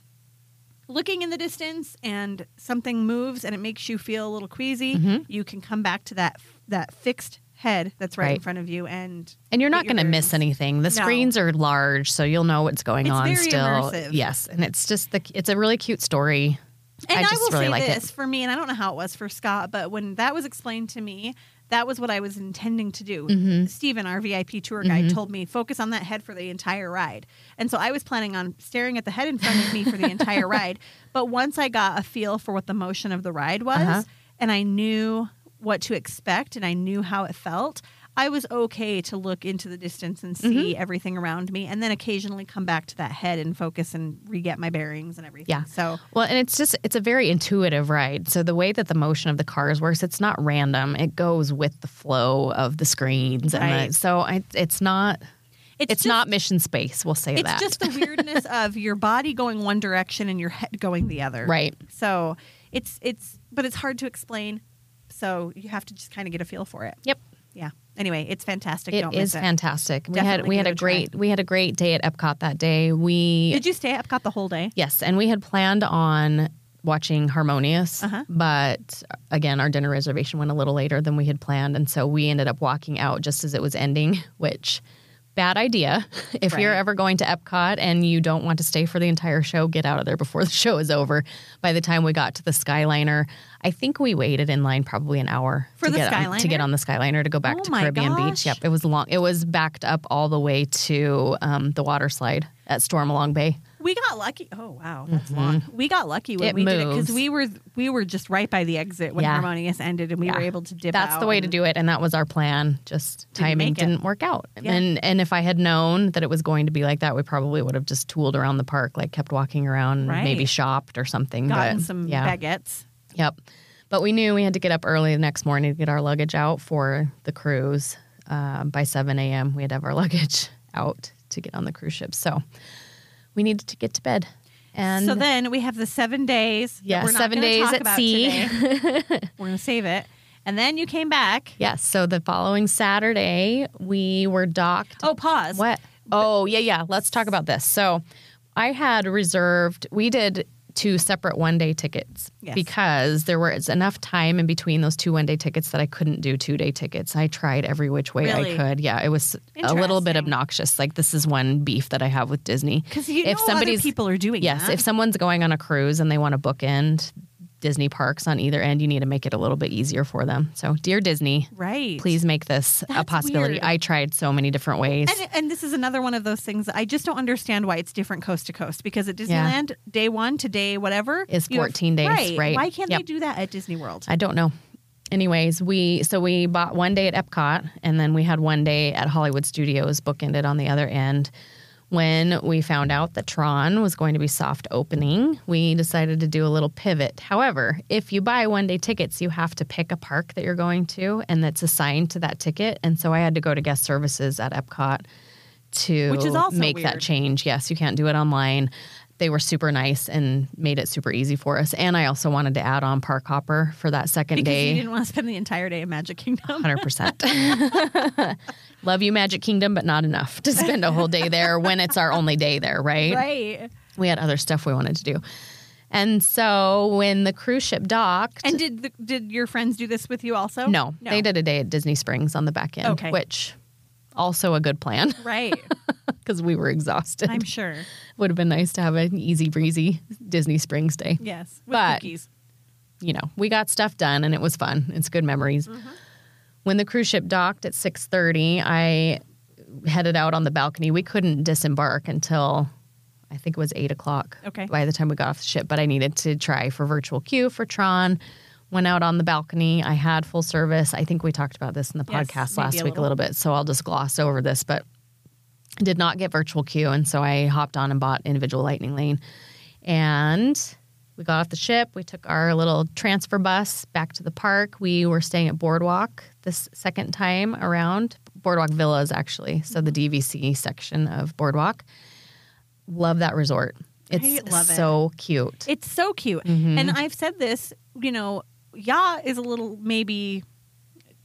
looking in the distance and something moves and it makes you feel a little queasy,
Mhm.
you can come back to that that fixed head that's right, in
Right.
front of you and
And you're
get
not
your
going to miss
bearings.
anything. The
No.
screens are large, so you'll know what's going
It's
on
very
still.
immersive.
Yes, and it's just the it's a really cute story.
And I,
I just
will
really
say
like
this
it.
for me, and I don't know how it was for Scott, but when that was explained to me, that was what I was intending to do.
Mm-hmm.
Steven, our VIP tour guide, told me focus on that head for the entire ride. And so I was planning on staring at the head in front of me for the
[LAUGHS]
entire ride. But once I got a feel for what the motion of the ride was,
Uh-huh.
and I knew what to expect and I knew how it felt, I was okay to look into the distance and see
Mm-hmm.
everything around me and then occasionally come back to that head and focus and re get my bearings and everything.
Yeah.
So
Well, and it's just it's a very intuitive ride. So the way that the motion of the cars works, it's not random. It goes with the flow of the screens, and the-
Right.
so I, it's not it's,
just-
not mission space. We'll say
It's
that.
just the weirdness of your body going one direction and your head going the other.
right.
So it's it's but it's hard to explain. So you have to just kind of get a feel for it.
Yep.
Yeah. Anyway, it's fantastic.
It
Don't
is
miss it.
fantastic. We had
Definitely
we had
give
a
it a try.
great we had a great day at Epcot that day. We
Did you stay at Epcot the whole day?
Yes, and we had planned on watching Harmonious,
Uh-huh.
but again, our dinner reservation went a little later than we had planned, and so we ended up walking out just as it was ending, [LAUGHS] which bad idea. [LAUGHS] If you're
Right.
ever going to Epcot and you don't want to stay for the entire show, get out of there before [LAUGHS] the show is over. By the time we got to the Skyliner, I think we waited in line probably an hour
For
to
the
get on, to
Skyliner?
get on the Skyliner to go back
Oh
to
my
Caribbean
gosh.
Beach. Yep, it was long. It was backed up all the way to um, the water slide at Stormalong Bay.
We got lucky. Oh wow, that's long. We got lucky when
Mm-hmm.
we
It
did it because
moves.
we were we were just right by the exit when
Yeah.
Harmonious ended, and we were
Yeah.
able to dip.
That's the
out
way
and-
to do it, and that was our plan. Just timing
make it.
didn't work out,
Yeah.
and and if I had known that it was going to be like that, we probably would have just tooled around the park, like kept walking around,
Right.
maybe shopped or something.
Gotten
but,
some
yeah,
baguettes.
yep. But we knew we had to get up early the next morning to get our luggage out for the cruise. Uh, by seven a.m., we had to have our [LAUGHS] luggage out to get on the cruise ship, so we needed to get to bed. And
so then we have the seven days. that
Yeah,
we're not
seven
gonna
days
talk
at
about
sea. [LAUGHS]
today. we're gonna save it, and then you came back.
yes, so the following Saturday we were docked
Oh, pause.
What? Oh, yeah, yeah. Let's talk about this. So I had reserved, we did two separate one day tickets
Yes.
because there was enough time in between those two one day tickets that I couldn't do two day tickets. I tried every which way
Really?
I could. Yeah, it was a little bit
Interesting.
obnoxious. Like, this is one beef that I have with Disney.
Because you know other people are doing
Yes,
that.
if someone's going on a cruise and they want to bookend Disney parks on either end, you need to make it a little bit easier for them. So, dear Disney,
right.
please make this a
That's
possibility.
weird.
I tried so many different ways.
And, and this is another one of those things that I just don't understand why it's different coast to coast. Because at
Yeah.
Disneyland, day one to day whatever
Is
you have-
14 days, right.
Why can't they
Yep.
do that at Disney World?
I don't know. Anyways, we so we bought one day at Epcot and then we had one day at Hollywood Studios bookended on the other end. When we found out that Tron was going to be soft opening, we decided to do a little pivot. However, if you buy one day tickets, you have to pick a park that you're going to and that's assigned to that ticket. And so I had to go to guest services at Epcot to
Which is also
make
weird.
that change. Yes, you can't do it online. They were super nice and made it super easy for us. And I also wanted to add on Park Hopper for that second
because
day.
you didn't want to spend the entire day in Magic Kingdom.
100%. Love you, Magic Kingdom, but not enough to spend a whole day there when it's our only day there, [LAUGHS] right?
right.
We had other stuff we wanted to do. And so when the cruise ship docked,
And did the, did your friends do this with you also?
no, they did a day at Disney Springs on the back end,
Okay.
which also a good plan [LAUGHS]
Right.
because we were exhausted.
I'm sure.
Would have been nice to have an easy breezy Disney Springs day.
Yes. With
But-
cookies.
you know, we got stuff done and it was fun. It's good memories.
Mm-hmm.
When the cruise ship docked at 6:30, I headed out on the balcony. We couldn't disembark until I think it was eight o'clock.
Okay.
By the time we got off the ship, but I needed to try for virtual queue for Tron. Went out on the balcony. I had full service. I think we talked about this in the
Yes,
podcast
maybe
last
a
week
little.
a little bit, so I'll just gloss over this. But did not get virtual queue and so i hopped on and bought individual lightning lane and we got off the ship we took our little transfer bus back to the park we were staying at boardwalk this second time around boardwalk villas actually so the dvc section of boardwalk love that resort it's
love it.
so cute
It's so cute.
Mm-hmm.
And I've said this, you know, Yah is a little maybe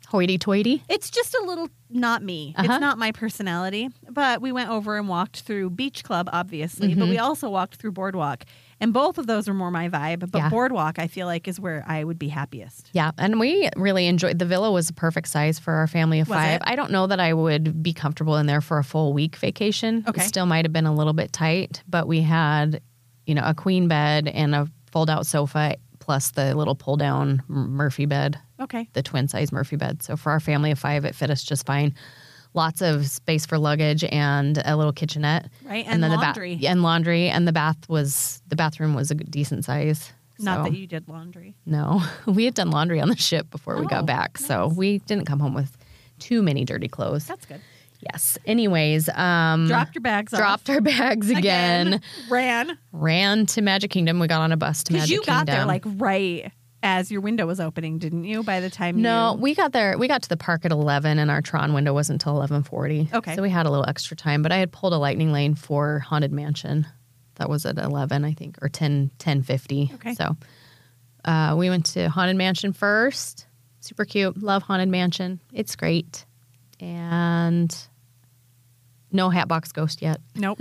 hoity-toity
It's just a little not me.
Uh-huh.
It's not my personality. But we went over and walked through Beach Club, obviously, but
Mm-hmm.
we also walked through Boardwalk. And both of those are more my vibe. But
Yeah.
Boardwalk, I feel like, is where I would be happiest.
Yeah, and we really enjoyed the villa was the perfect size for our family of
Was
five.
it?
I don't know that I would be comfortable in there for a full week vacation.
Okay.
It still might have been a little bit tight, but we had, you know, a queen bed and a fold out sofa plus the little pull down Murphy bed,
Okay.
the twin size Murphy bed. So for our family of five, it fit us just fine. Lots of space for luggage and a little kitchenette.
Right, and
the ba-
laundry.
and laundry and the bath was the bathroom was a decent size.
Not
So-
that you did laundry.
no, [LAUGHS] we had done laundry on the ship before we
Oh,
got back, so we didn't come home with too many dirty clothes.
That's good.
yes. Anyways, um,
Dropped your bags off.
dropped our bags again,
Ran.
ran to Magic Kingdom. We got on a bus to
Because
Magic
you
Kingdom.
got there like right as your window was opening, didn't you? By the time
no, [LAUGHS]
you-
we got there. We got to the park at eleven, and our Tron window wasn't until eleven forty.
Okay.
so we had a little extra time. But I had pulled a lightning lane for Haunted Mansion. That was at eleven, I think, or 10, 10.50.
Okay.
so uh, we went to Haunted Mansion first. Super cute. Love Haunted Mansion. It's great. And no Hatbox Ghost yet.
Nope,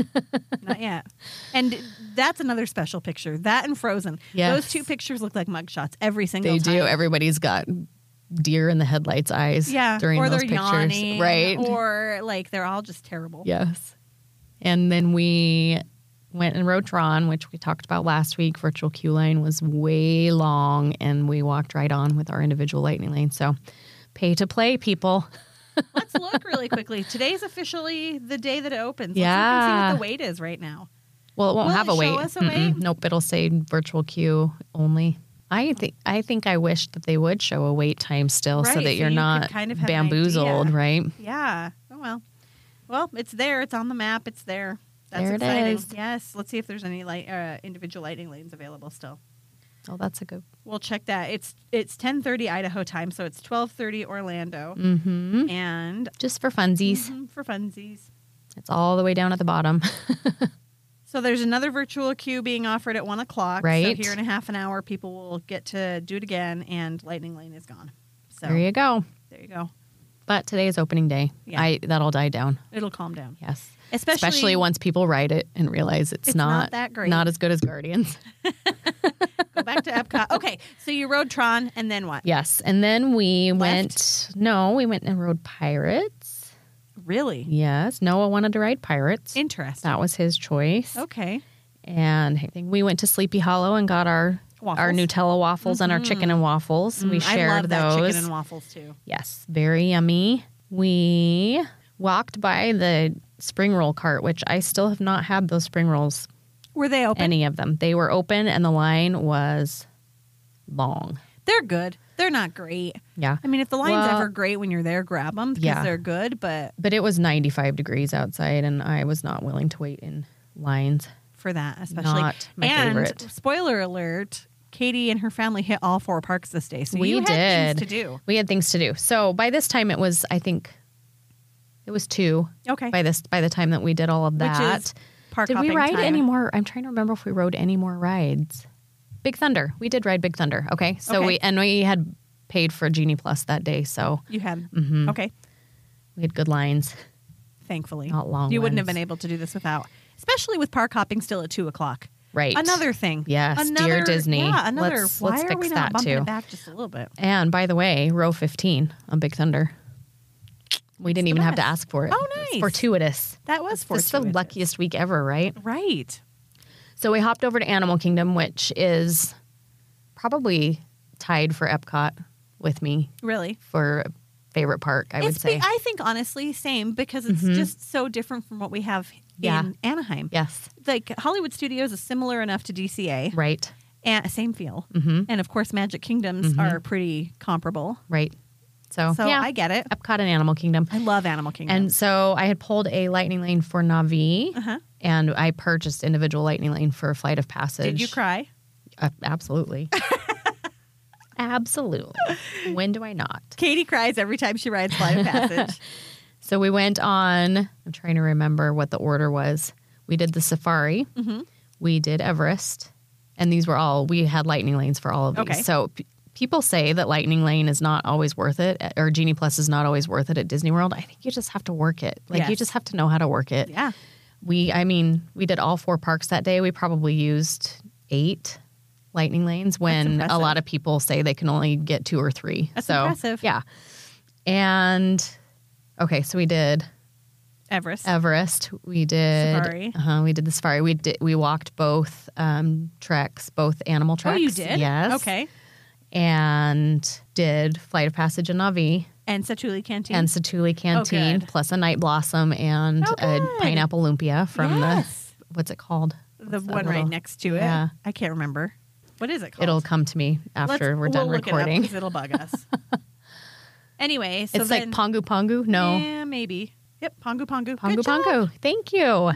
not yet. And that's another special picture. That and Frozen.
Yes.
Those two pictures look like mugshots every single
They
time.
do. Everybody's got deer in the headlights [LAUGHS] eyes.
Yeah.
during
or
those
they're
pictures,
yawning.
right?
Or like they're all just terrible.
Yes. And then we went and rode Tron, which we talked about last week. Virtual queue line was way long, and we walked right on with our individual lightning lane. So, pay to play, people.
Let's look really
[LAUGHS]
quickly. Today's officially the day that it opens. Let's look and see
Yeah.
what the wait is right now.
Well, it won't
Will
have
it
a
show
wait.
us a
Mm-mm.
wait?
Nope, it'll say virtual queue only. I think I think I wish that they would show a wait time still, so
Right,
that
so
you're
you could
not
kind of have an
bamboozled,
idea.
right?
Yeah. Oh well. Well, it's there. It's on the map. It's there. That's
There it
exciting.
is.
Yes. Let's see if there's any light uh, individual lighting lanes available still.
Oh, that's a good.
We'll check that. It's it's 10:30 Idaho time, so it's 12:30 Orlando.
Mm-hmm.
And
Just for funsies,
mhm, for funsies.
it's all the way down at the bottom.
So there's another virtual queue being offered at one o'clock.
Right.
So here in a half an hour, people will get to do it again, and Lightning Lane is gone. So
There you go.
there you go.
But today is opening day.
Yeah.
I that'll die down.
It'll calm down,
Yes.
especially,
once people ride it and realize it's,
It's not
not,
that great.
not as good as
[LAUGHS]
Guardians.
[LAUGHS] go back to Epcot. Okay, so you rode Tron, and then what?
yes. And then we
Left?
went no, we went and rode Pirates.
Really
Yes. Noah wanted to ride Pirates.
interesting.
that was his choice.
Okay,
And I think we went to Sleepy Hollow and got our our
Waffles.
Nutella waffles and our chicken and waffles. we
Mm,
shared
I love
those.
that chicken and waffles too.
Yes, very yummy. We walked by the spring roll cart, which I still have not had those spring rolls,
Were they open?
any of them. They were open and the line was long.
they're good. They're not great.
Yeah.
I mean, if the line's
Well-
ever great when you're there, grab them because
Yeah.
they're good. But
But it was 95 degrees outside and I was not willing to wait in lines.
for that, especially
Not my
and
favorite.
spoiler alert. Katie and her family hit all four parks this day, so
We
you had
did.
things to do.
We had things to do. So by this time it was I think it was 2
Okay.
by this by the time that we did all of that.
Which is park
did we
hopping
ride
time.
any more? I'm trying to remember if we rode any more rides. Big Thunder. We did ride Big Thunder. Okay. So
Okay.
we and we had paid for Genie Plus that day, so
You had.
Mm-hmm.
Okay.
we had good lines.
Thankfully.
Not long
You wouldn't have
ones.
been able to do this without, especially with park hopping still at 2 o'clock.
Right.
Another thing.
Yes, dear
Another,
Disney.
Yeah, another.
Let's-
why
let's
are
fix
we
that
not bumping
too.
it back just a little bit?
And by the way, row 15 on Big Thunder. We didn't
the
even have to
best.
ask for it.
Oh,
It's
nice.
fortuitous.
That was for
It's the luckiest week ever, right?
Right.
So we hopped over to Animal Kingdom, which is probably tied for Epcot with me
Really.
for favorite park, I would
it's
say. Mm-hmm.
be- I think honestly same because it's just so different from what we have
Yeah.
in Anaheim.
yes,
Like Hollywood Studios is similar enough to DCA,
right,
and same feel,
Mhm.
and of course Magic Kingdoms are pretty comparable.
right. So,
So
Mm-hmm. Oh. yeah,
I get it.
Epcot and Animal Kingdom.
I love Animal Kingdom.
And so I had pulled a lightning lane for Navi,
uh-huh.
and I purchased individual lightning lane for Flight of Passage.
did you cry?
Uh, absolutely. absolutely. When do I not?
Katie cries every time she rides Flight
[LAUGHS]
of Passage.
So we went on, I'm trying to remember what the order was. We did the safari,
Mhm.
we did Everest, and these were all, we had lightning lanes for all of these.
Okay.
So p- people say that lightning lane is not always worth it, or Genie Plus is not always worth it at Disney World. I think you just have to work it. Like you
Yes.
just have to know how to work it.
yeah.
We, I mean, we did all four parks that day. We probably used eight lightning lanes when a
impressive.
lot of people say they can only get two or three.
That's
so,
impressive.
Yeah. And okay, so we did
Everest.
Everest. We did
Safari.
Uh-huh, we did the safari. We did. We walked both um, treks, both animal
oh,
treks.
you did?
Yes.
Okay.
And did Flight of Passage and Navi
And Setuli Canteen.
and Satuli Canteen,
Oh, good.
plus a Night Blossom and
Oh,
a
good.
Pineapple Lumpia from
Yes.
the what's it called?
the
What's that
one right
little-
next to it.
Yeah.
I can't remember. What is it called?
It'll come to me after
Let's-
we're done
we'll look It up
recording.
'cause it'll bug
[LAUGHS]
us. anyway, so
it's
then,
like Pongu Pongu. No,
Yeah, maybe. Yep, pongu pongu.
Pongu
Good job. Mm-hmm.
Pongu. Thank you.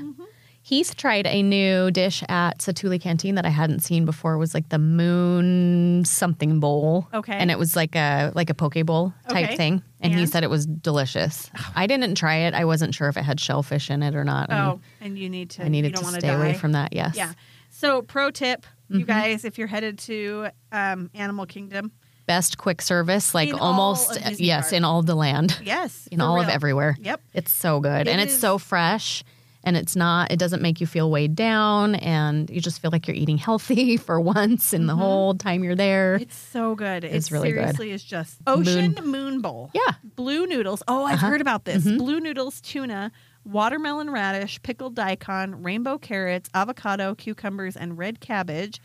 He's tried a new dish at Satuli Canteen that I hadn't seen before. It was like the moon something bowl.
Okay.
And it was like a like a poke bowl type
Okay.
thing. And, he
And? Oh.
said it was delicious. I didn't try it. I wasn't sure if it had shellfish in it or not. and
Oh, and you need to.
Um, I
you
needed
don't
to
wanna
stay
die.
away from Mm-hmm. that. Yes.
Yeah. So, pro tip, you guys, if you're headed to um, Animal Kingdom,
Best quick service, like
In all
almost
of Disney
yes,
parks.
in all the land.
yes,
in
for
all of
real.
everywhere.
Yep.
It's so good.
It
and it's
is-
so fresh and it's not it doesn't make you feel weighed down and you just feel like you're eating healthy [LAUGHS] for once in the whole time you're there.
Mm-hmm. It's so good. It's,
really good.
seriously is just ocean moon, bowl.
Yeah. Uh-huh. Mm-hmm.
Blue noodles. Oh, I've heard about this. Blue noodles, tuna, watermelon radish, pickled daikon, rainbow carrots, avocado, cucumbers, and red cabbage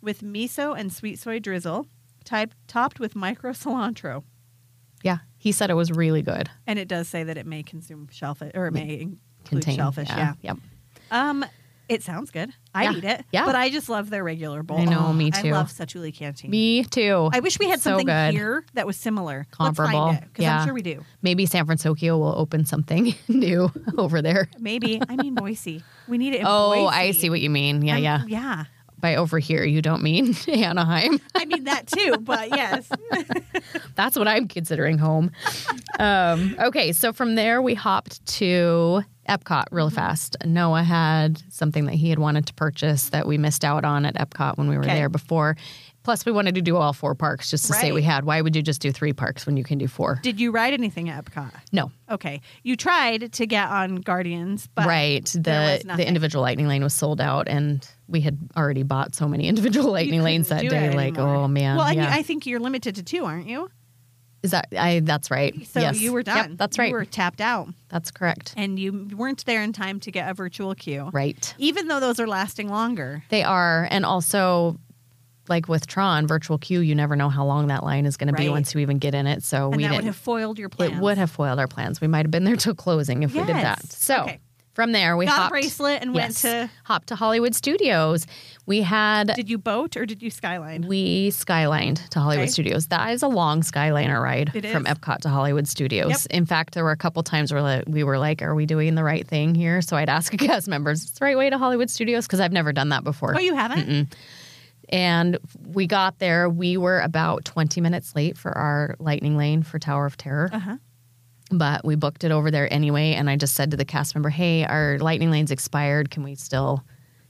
with miso and sweet soy drizzle, type, topped with micro cilantro.
yeah. He said it was really good.
And it does say that it may consume shellfish or it may include
Contained.
shellfish. Yeah.
Yep.
Um, it sounds good. I
Yeah.
eat it.
Yeah.
But I just love their regular bowl.
I know, me
I
too.
love Satuli Canteen.
Me too.
I wish we had
So
something
good.
here that was similar,
Comparable.
Let's find it because
Yeah.
I'm sure we do.
Maybe San Francisco will open something [LAUGHS] new over there.
Maybe I mean Boise. We need it. In
[LAUGHS] Oh,
Boise.
I see what you mean. Yeah,
I'm-
yeah.
yeah.
By over here, you don't mean [LAUGHS] Anaheim.
I mean that too,
[LAUGHS]
but yes,
That's what I'm considering home. [LAUGHS] um, okay, so from there we hopped to Epcot real
Mm-hmm.
fast. Noah had something that he had wanted to purchase that we missed out on at Epcot when we were
Okay.
there before. Plus, we wanted to do all four parks just to say we
Right.
had. Why would you just do three parks when you can do four?
did you ride anything at Epcot?
No,
Okay, you tried to get on Guardians, but
right.
there
The
was nothing.
the individual lightning lane was sold out, and we had already bought so many [LAUGHS] individual lightning lanes that
couldn't do
day.
it
Like,
anymore.
oh man,
Well, and
yeah.
you, I think you're limited to two, aren't you?
is that I? That's right.
So
yes.
you were done.
Yep, that's right.
You were tapped out,
that's correct.
and you weren't there in time to get a virtual queue.
Right.
Even though those are lasting longer.
They are. And also, like with Tron, virtual queue, you never know how long that line is going to be
Right.
once you even get in it. So
And
we
that would
didn't.
have foiled your plans.
it would have foiled our plans. We might have been there till closing if we did
Yes.
that. So
Okay.
from there, we
Got
hopped,
a bracelet and
yes,
went to.
hopped to Hollywood Studios. We had
Did you boat or did you skyline?
we skylined to Hollywood
Okay.
Studios. That is a long skyliner ride
It
from
is.
Epcot to Hollywood Studios. In fact, there were a couple times where like, we were like, "Are we doing the right thing here?" So I'd ask [LAUGHS] cast members, "Is the right way to Hollywood Studios?" Because I've never done that before.
Oh, you haven't?
And we got there. We were about 20 minutes late for our lightning lane for Tower of Terror.
Uh-huh.
But we booked it over there anyway. And I just said to the cast member, hey, our lightning lane's expired. Can we still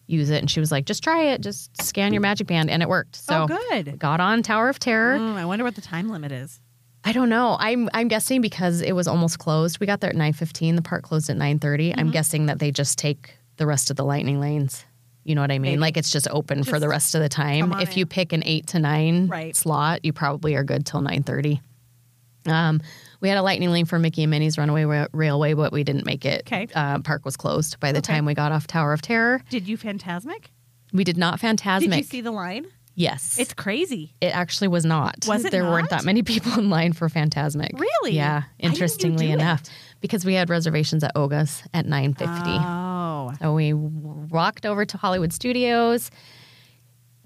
use it? And she was like, just try it. Just scan your magic band. And it worked. So
Mm. Oh, good.
got on Tower of Terror.
Mm, I wonder what the time limit is.
I don't know. I'm I'm guessing because it was almost closed. We got
Mm-hmm.
there at 9:15. The park closed at 9:30. I'm guessing that they just take the rest of the lightning lanes You know what I mean?
Maybe.
Like it's just open for
Just
the rest of the
come
time.
on
If
in.
you pick an eight to nine
Right.
slot, you probably are good till nine thirty. Um, we had a lightning lane for Mickey and Minnie's Runaway Ra- Railway, but we didn't make it.
Okay.
Uh, park was closed by the
Okay.
time we got off Tower of Terror.
Did you Fantasmic?
We did not Fantasmic.
Did you see the line?
yes.
It's crazy.
it actually was not.
Was it
there weren't
not?
that many people in line for Fantasmic.
Really? Why
Yeah.
didn't you
Interestingly
do
enough, because we had reservations at Oga's at nine fifty.
Oh.
So we w- walked over to Hollywood Studios.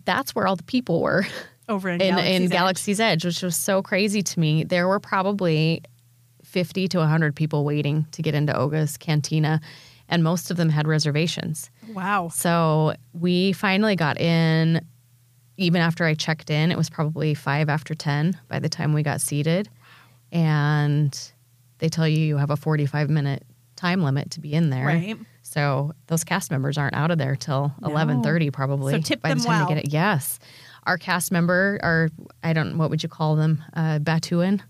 That's where all the
[LAUGHS]
people were
Over in,
in,
Galaxy's
in
Edge.
Galaxy's Edge, which was so crazy to me. There were probably 50 to 100 people waiting to get into Oga's Cantina, and most of them had reservations.
Wow.
So we finally got in. Even after I checked in, it was probably five after 10 by the time we got seated. And they tell you you have a 45 minute time limit to be in there.
Right.
So those cast members aren't out of there till
No.
eleven thirty probably.
So tip
by
them
the time
well.
they get it. Yes. Our cast member, our I don't what would you call them? Uh Batuin.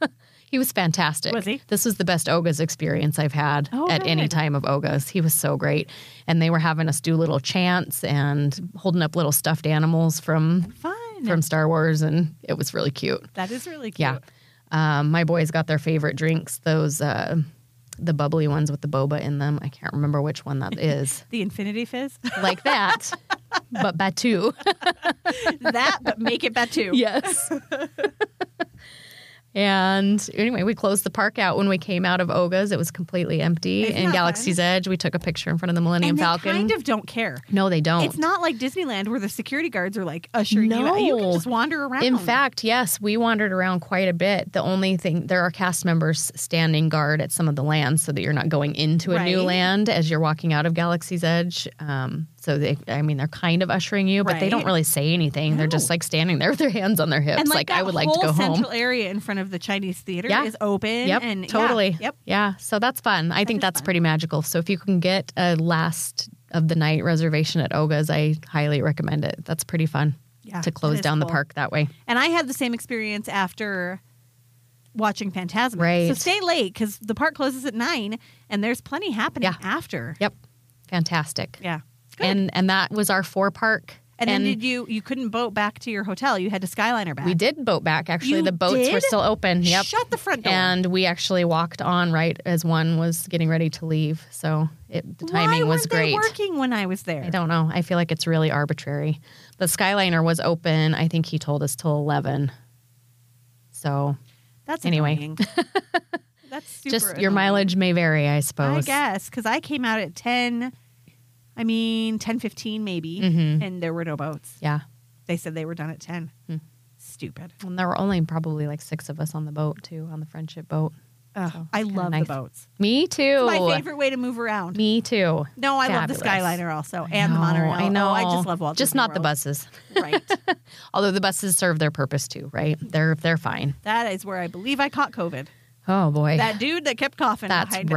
[LAUGHS] he was fantastic.
Mm-hmm. Was he?
This was the best Oga's experience I've had
Oh,
at any
good.
time of Oga's. He was so great. And they were having us do little chants and holding up little stuffed animals from
Fun.
from Star Wars and it was really cute.
that is really cute.
Yeah. Um, my boys got their favorite drinks, those uh, the bubbly ones with the boba in them. I can't remember which one
[LAUGHS]
that is.
The Infinity Fizz.
like that, but Batu.
that, but make it Batu.
yes. and anyway, we closed the park out when we came out of Oga's. It was completely empty.
Isn't
in
that
Galaxy's Edge, we took a picture in front of the Millennium
And they
Falcon.
kind of don't care.
no, they don't.
It's not like Disneyland where the security guards are like ushering you out. You can
No.
just wander around.
In fact, yes, we wandered around quite a bit. The only thing there are cast members standing guard at some of the lands so that you're not going into a new
Right.
land as you're walking out of Galaxy's Edge. Um, so they, I mean, they're kind of ushering you, but they
Right.
don't really say anything. They're just
No.
like standing there with their hands on their hips,
and
like,
like,
I
that
would like to
whole
go home.
Central area in front of the Chinese theater
Yeah.
is open.
Yep,
and yeah,
totally.
yep.
yeah. So that's fun. I think
is
that's
fun.
pretty magical. So if you can get a last of the night reservation at Oga's, I highly recommend it. That's pretty fun
Yeah,
to
that
close
is
down
cool.
the park that way.
And I had the same experience after watching Phantasm.
Right.
So stay late because the park closes at nine, and there's plenty happening
Yeah.
after.
Yep, fantastic.
Yeah. Good.
And and that was our four park.
And then did you you couldn't boat back to your hotel? You had to Skyliner back.
we did boat back. Actually,
You
the boats were
did?
still open. Yep.
Shut the front door.
and we actually walked on right as one was getting ready to leave. So it, the
Why
timing was
weren't
great.
They working when I was there.
I don't know. I feel like it's really arbitrary. The Skyliner was open. I think he told us till eleven. So
That's
Anyway. [LAUGHS]
annoying. That's super
just your
annoying.
mileage may vary, I
I
suppose.
guess because I came out at ten. I mean, ten fifteen maybe,
Mm-hmm.
and there were no boats.
Yeah.
They said they were done at ten.
Hmm.
Stupid.
And there were only probably like six of us on the boat too, on the friendship boat.
Ugh,
So,
I
kinda
love
nice.
the boats.
Me too.
It's my favorite way to move around.
Me too.
no, I love the
Fabulous.
Skyliner also and the monorail.
I know.
Oh, I just love Walt.
Just
Disney
not the
World.
buses.
Right.
Although the buses serve their purpose too, right? They're they're fine.
That is where I believe I caught
[LAUGHS]
COVID.
Oh boy,
That dude that kept coughing.
that's
behind us.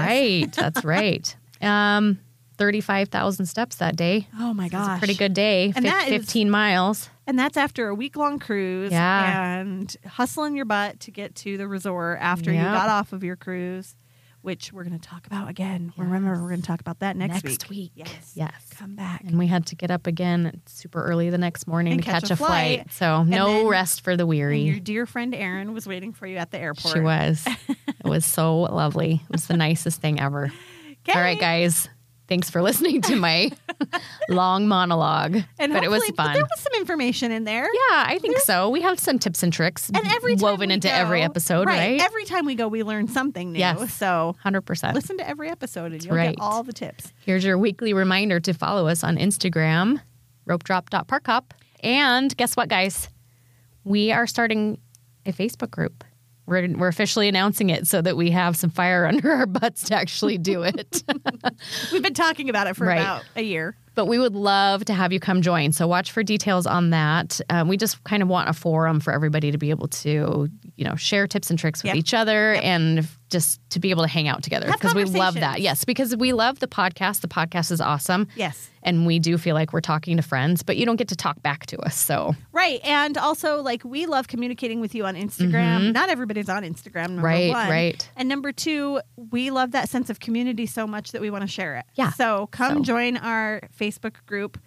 [LAUGHS]
right. That's right. Um, thirty-five thousand steps that day.
Oh my
It was
gosh.
a pretty good day.
And
Fif-
that is-
fifteen miles.
And that's after a week long cruise
Yeah.
and hustling your butt to get to the resort after you
Yep.
got off of your cruise, which we're going to talk about again. Remember, we're going to talk about that next,
Next week.
Yes.
Yes.
Come back.
And we had to get up again super early the next morning
And
to catch, a flight. So
And
no
then-
rest for the
And your
weary.
dear friend Erin was waiting for you at the airport.
She was. it was so lovely. It
[LAUGHS]
was the nicest thing ever.
Okay.
All right, guys. Thanks for listening
[LAUGHS]
to my long monologue.
And
but it was
hopefully- but
fun.
there was some information in there.
Yeah, I think so. We have some tips and tricks
And every time
woven
we
into
go-
every episode, right?
Every time we go, we learn something new.
Yes.
So
100%.
listen to every episode and you'll
right.
get all the tips.
Here's your weekly reminder to follow us on Instagram, ropedrop.parkhop. And guess what, guys? We are starting a Facebook group. We're, we're officially announcing it so that we have some fire [LAUGHS] under our butts to actually do it.
We've been talking about it for
Right.
about a year.
but we would love to have you come join. So watch for details on that. Um, we just kind of want a forum for everybody to be able to, you know, share tips and tricks with
Yep.
each other and f- just to be able to hang out together
Have
because we love
conversations.
that. Yes, because we love the podcast. The podcast is awesome.
Yes.
And we do feel like we're talking to friends, but you don't get to talk back to us. So,
Right. And also, like, we love communicating with you on Instagram. Not everybody's on Instagram, number
Mm-hmm. Right,
one.
right.
And number two, we love that sense of community so much that we want to share it.
Yeah.
So come
So-
join our Facebook group.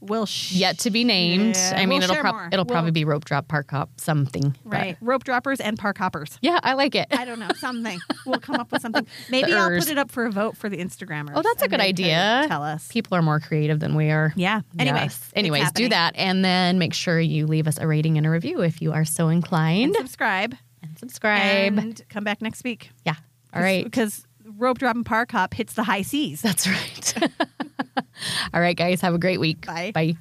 We'll sh-
yet to be named.
Yeah,
I mean,
we'll
it'll,
share
prob-
more.
it'll
We'll-
probably be rope drop, park hop, something. but-
Right. Rope droppers and park hoppers.
yeah, I like it.
I don't know.
[LAUGHS]
Something. we'll come up with something. Maybe I'll
ers.
put it up for a vote for the Instagrammers.
Oh, that's a
and
good
they
idea.
can Tell us.
People are more creative than we are.
Yeah. Anyway.
Yes.
it's
Anyways, do
happening.
that and then make sure you leave us a rating and a review if you are so
And
inclined.
subscribe.
And subscribe.
And come back next week.
yeah. All
[LAUGHS]
right.
Because rope drop and park hop hits the high seas.
[LAUGHS] That's right. All right, guys. Have a great week.
Bye.
Bye.